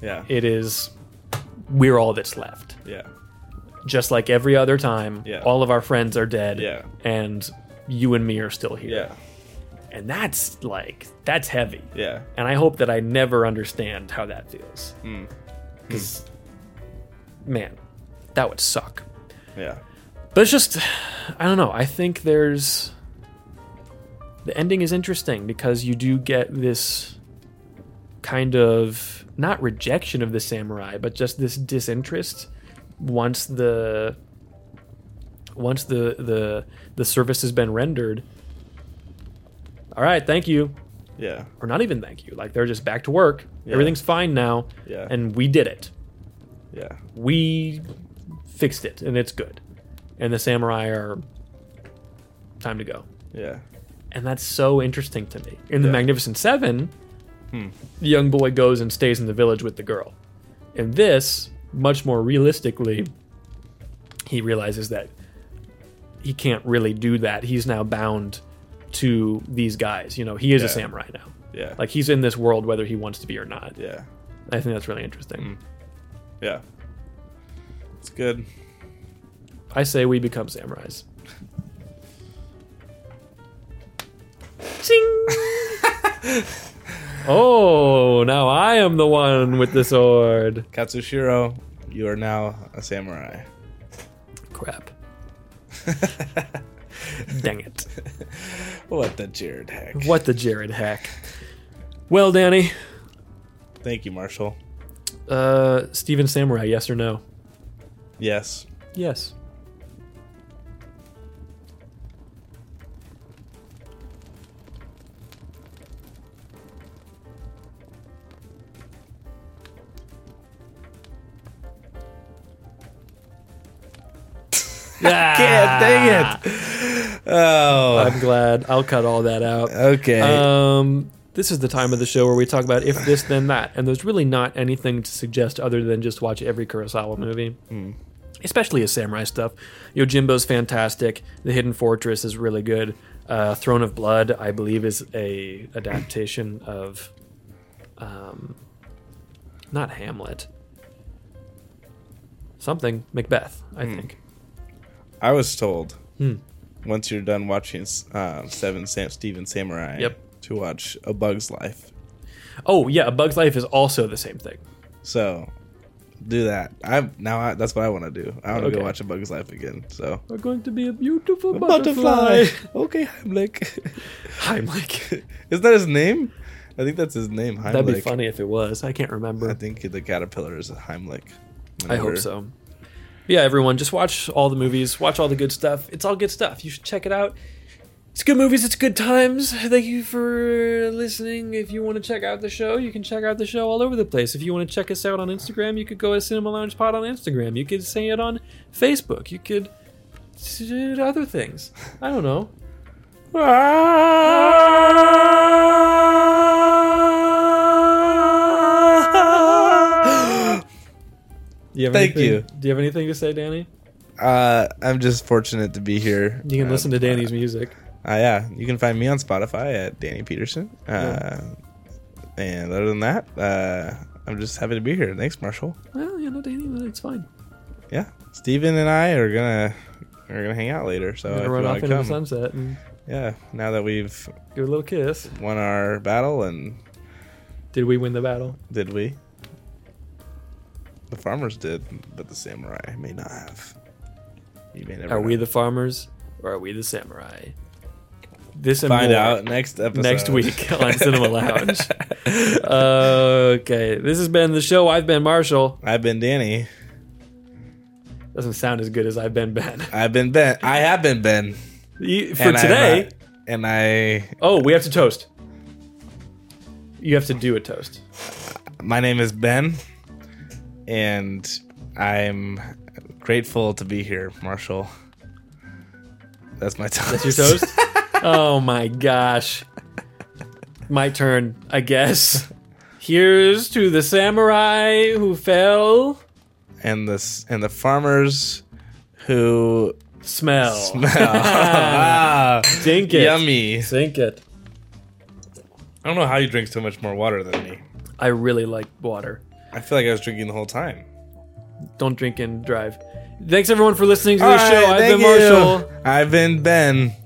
Speaker 2: Yeah.
Speaker 1: it is we're all that's left
Speaker 2: Yeah.
Speaker 1: just like every other time
Speaker 2: Yeah.
Speaker 1: all of our friends are dead
Speaker 2: Yeah.
Speaker 1: and you and me are still here
Speaker 2: Yeah.
Speaker 1: and that's like that's heavy
Speaker 2: Yeah.
Speaker 1: and I hope that I never understand how that feels. Because, man, that would suck.
Speaker 2: Yeah.
Speaker 1: But it's just, I don't know. I think there's. The ending is interesting because you do get this kind of not rejection of the samurai, but just this disinterest once the once the the the service has been rendered. All right, thank you
Speaker 2: Yeah.
Speaker 1: or not even thank you. Like they're just back to work.
Speaker 2: Yeah.
Speaker 1: Everything's fine now.
Speaker 2: Yeah.
Speaker 1: And we did it.
Speaker 2: Yeah.
Speaker 1: We fixed it and it's good. And the samurai are time to go.
Speaker 2: Yeah.
Speaker 1: And that's so interesting to me. In the
Speaker 2: Yeah. Hmm.
Speaker 1: Magnificent Seven, the young boy goes and stays in the village with the girl. In this, much more realistically, he realizes that he can't really do that. He's now bound to these guys. You know, he is
Speaker 2: Yeah.
Speaker 1: a samurai now.
Speaker 2: Yeah.
Speaker 1: Like he's in this world whether he wants to be or not.
Speaker 2: Yeah.
Speaker 1: I think that's really interesting.
Speaker 2: Yeah. It's good.
Speaker 1: I say we become samurais. Ching! oh, now I am the one with the sword.
Speaker 2: Katsushiro, you are now a samurai.
Speaker 1: Crap. *laughs* Dang it.
Speaker 2: What the Jared heck?
Speaker 1: What the Jared hack. Well, Danny,
Speaker 2: Thank you, Marshall.
Speaker 1: uh, Steven Samurai, yes or no?
Speaker 2: Yes.
Speaker 1: Yes.
Speaker 2: Yeah,
Speaker 1: Ah,
Speaker 2: dang it. Oh,
Speaker 1: I'm glad. I'll cut all that out.
Speaker 3: Oh,
Speaker 2: okay.
Speaker 1: Um, this is the time of the show where we talk about if this, then that, and there's really not anything to suggest other than just watch every Kurosawa movie, especially his samurai stuff. Yojimbo's fantastic. The Hidden Fortress is really good. Uh, Throne of Blood, I believe, is a adaptation of, um, not Hamlet. Something Macbeth, I think.
Speaker 2: I was told
Speaker 1: Hmm.
Speaker 2: once you're done watching uh, Seven Sam- Steven Samurai,
Speaker 1: Yep.
Speaker 2: to watch A Bug's Life.
Speaker 1: Oh yeah, A Bug's Life is also the same thing.
Speaker 2: So do that. I now I, that's what I want to do. I want to
Speaker 1: Okay.
Speaker 2: go watch A Bug's Life again. So
Speaker 1: We're going to be a beautiful butterfly.
Speaker 2: *laughs*
Speaker 1: *laughs*
Speaker 2: okay, Heimlich. *laughs*
Speaker 1: Heimlich.
Speaker 2: Is that his name? I think that's his name. Heimlich.
Speaker 1: That'd be funny if it was. I can't remember.
Speaker 2: I think the caterpillar is Heimlich.
Speaker 1: I hope so. Yeah, everyone, just watch all the movies. Watch all the good stuff. It's all good stuff. You should check it out. It's good movies. It's good times. Thank you for listening. If you want to check out the show, you can check out the show all over the place. If you want to check us out on Instagram, you could go to Cinema Lounge Pod on Instagram. You could say it on Facebook. You could do other things. I don't
Speaker 2: *laughs*
Speaker 1: know. Ah. Do you have
Speaker 2: Thank
Speaker 1: anything-
Speaker 2: you.
Speaker 1: Do you have anything to say, Danny?
Speaker 2: Uh, I'm just fortunate to be here.
Speaker 1: You can
Speaker 2: Uh,
Speaker 1: listen to Danny's music.
Speaker 2: Uh, yeah, you can find me on Spotify at Danny Peterson. Uh, And other than that, uh, I'm just happy to be here. Thanks, Marshall.
Speaker 1: Well, you know, Danny, it's fine.
Speaker 2: Yeah, Steven and I are gonna are gonna hang out later. So Uh, if
Speaker 1: Gonna
Speaker 2: you
Speaker 1: run off
Speaker 2: want
Speaker 1: into
Speaker 2: to
Speaker 1: the
Speaker 2: come,
Speaker 1: sunset and
Speaker 2: yeah. Now that we've
Speaker 1: give it a little kiss.
Speaker 2: won our battle, and
Speaker 1: Did we win the battle?
Speaker 2: did we? The farmers did, but the samurai may not have. You may never.
Speaker 1: Are we
Speaker 2: know.
Speaker 1: the farmers or are we the samurai? This and
Speaker 2: find
Speaker 1: more
Speaker 2: out next episode
Speaker 1: next week on Cinema Lounge. *laughs*
Speaker 2: *laughs*
Speaker 1: okay, this has been the show. I've been Marshall.
Speaker 2: I've been Danny.
Speaker 1: Doesn't sound as good as I've been Ben. *laughs*
Speaker 2: I've been Ben. I have been Ben.
Speaker 1: You- For
Speaker 2: And I'm
Speaker 1: today,
Speaker 2: not- and I
Speaker 1: oh, we have to toast. You have to do a toast.
Speaker 2: My name is Ben, and I'm grateful to be here, Marshall. That's my toast.
Speaker 1: That's your toast? oh my gosh. My turn, I guess. Here's to the samurai who fell.
Speaker 2: *laughs* and the s- and the farmers who
Speaker 1: Smell. *laughs*
Speaker 2: ah,
Speaker 1: Sink it.
Speaker 2: yummy. I
Speaker 1: Sink it.
Speaker 2: don't know how you drink so much more water than me.
Speaker 1: I really like water.
Speaker 2: I feel like I was drinking the whole time.
Speaker 1: Don't drink and drive. Thanks everyone for listening to the
Speaker 2: All
Speaker 1: show.
Speaker 2: right,
Speaker 1: I've been
Speaker 2: thank you.
Speaker 1: Marshall.
Speaker 2: I've been Ben.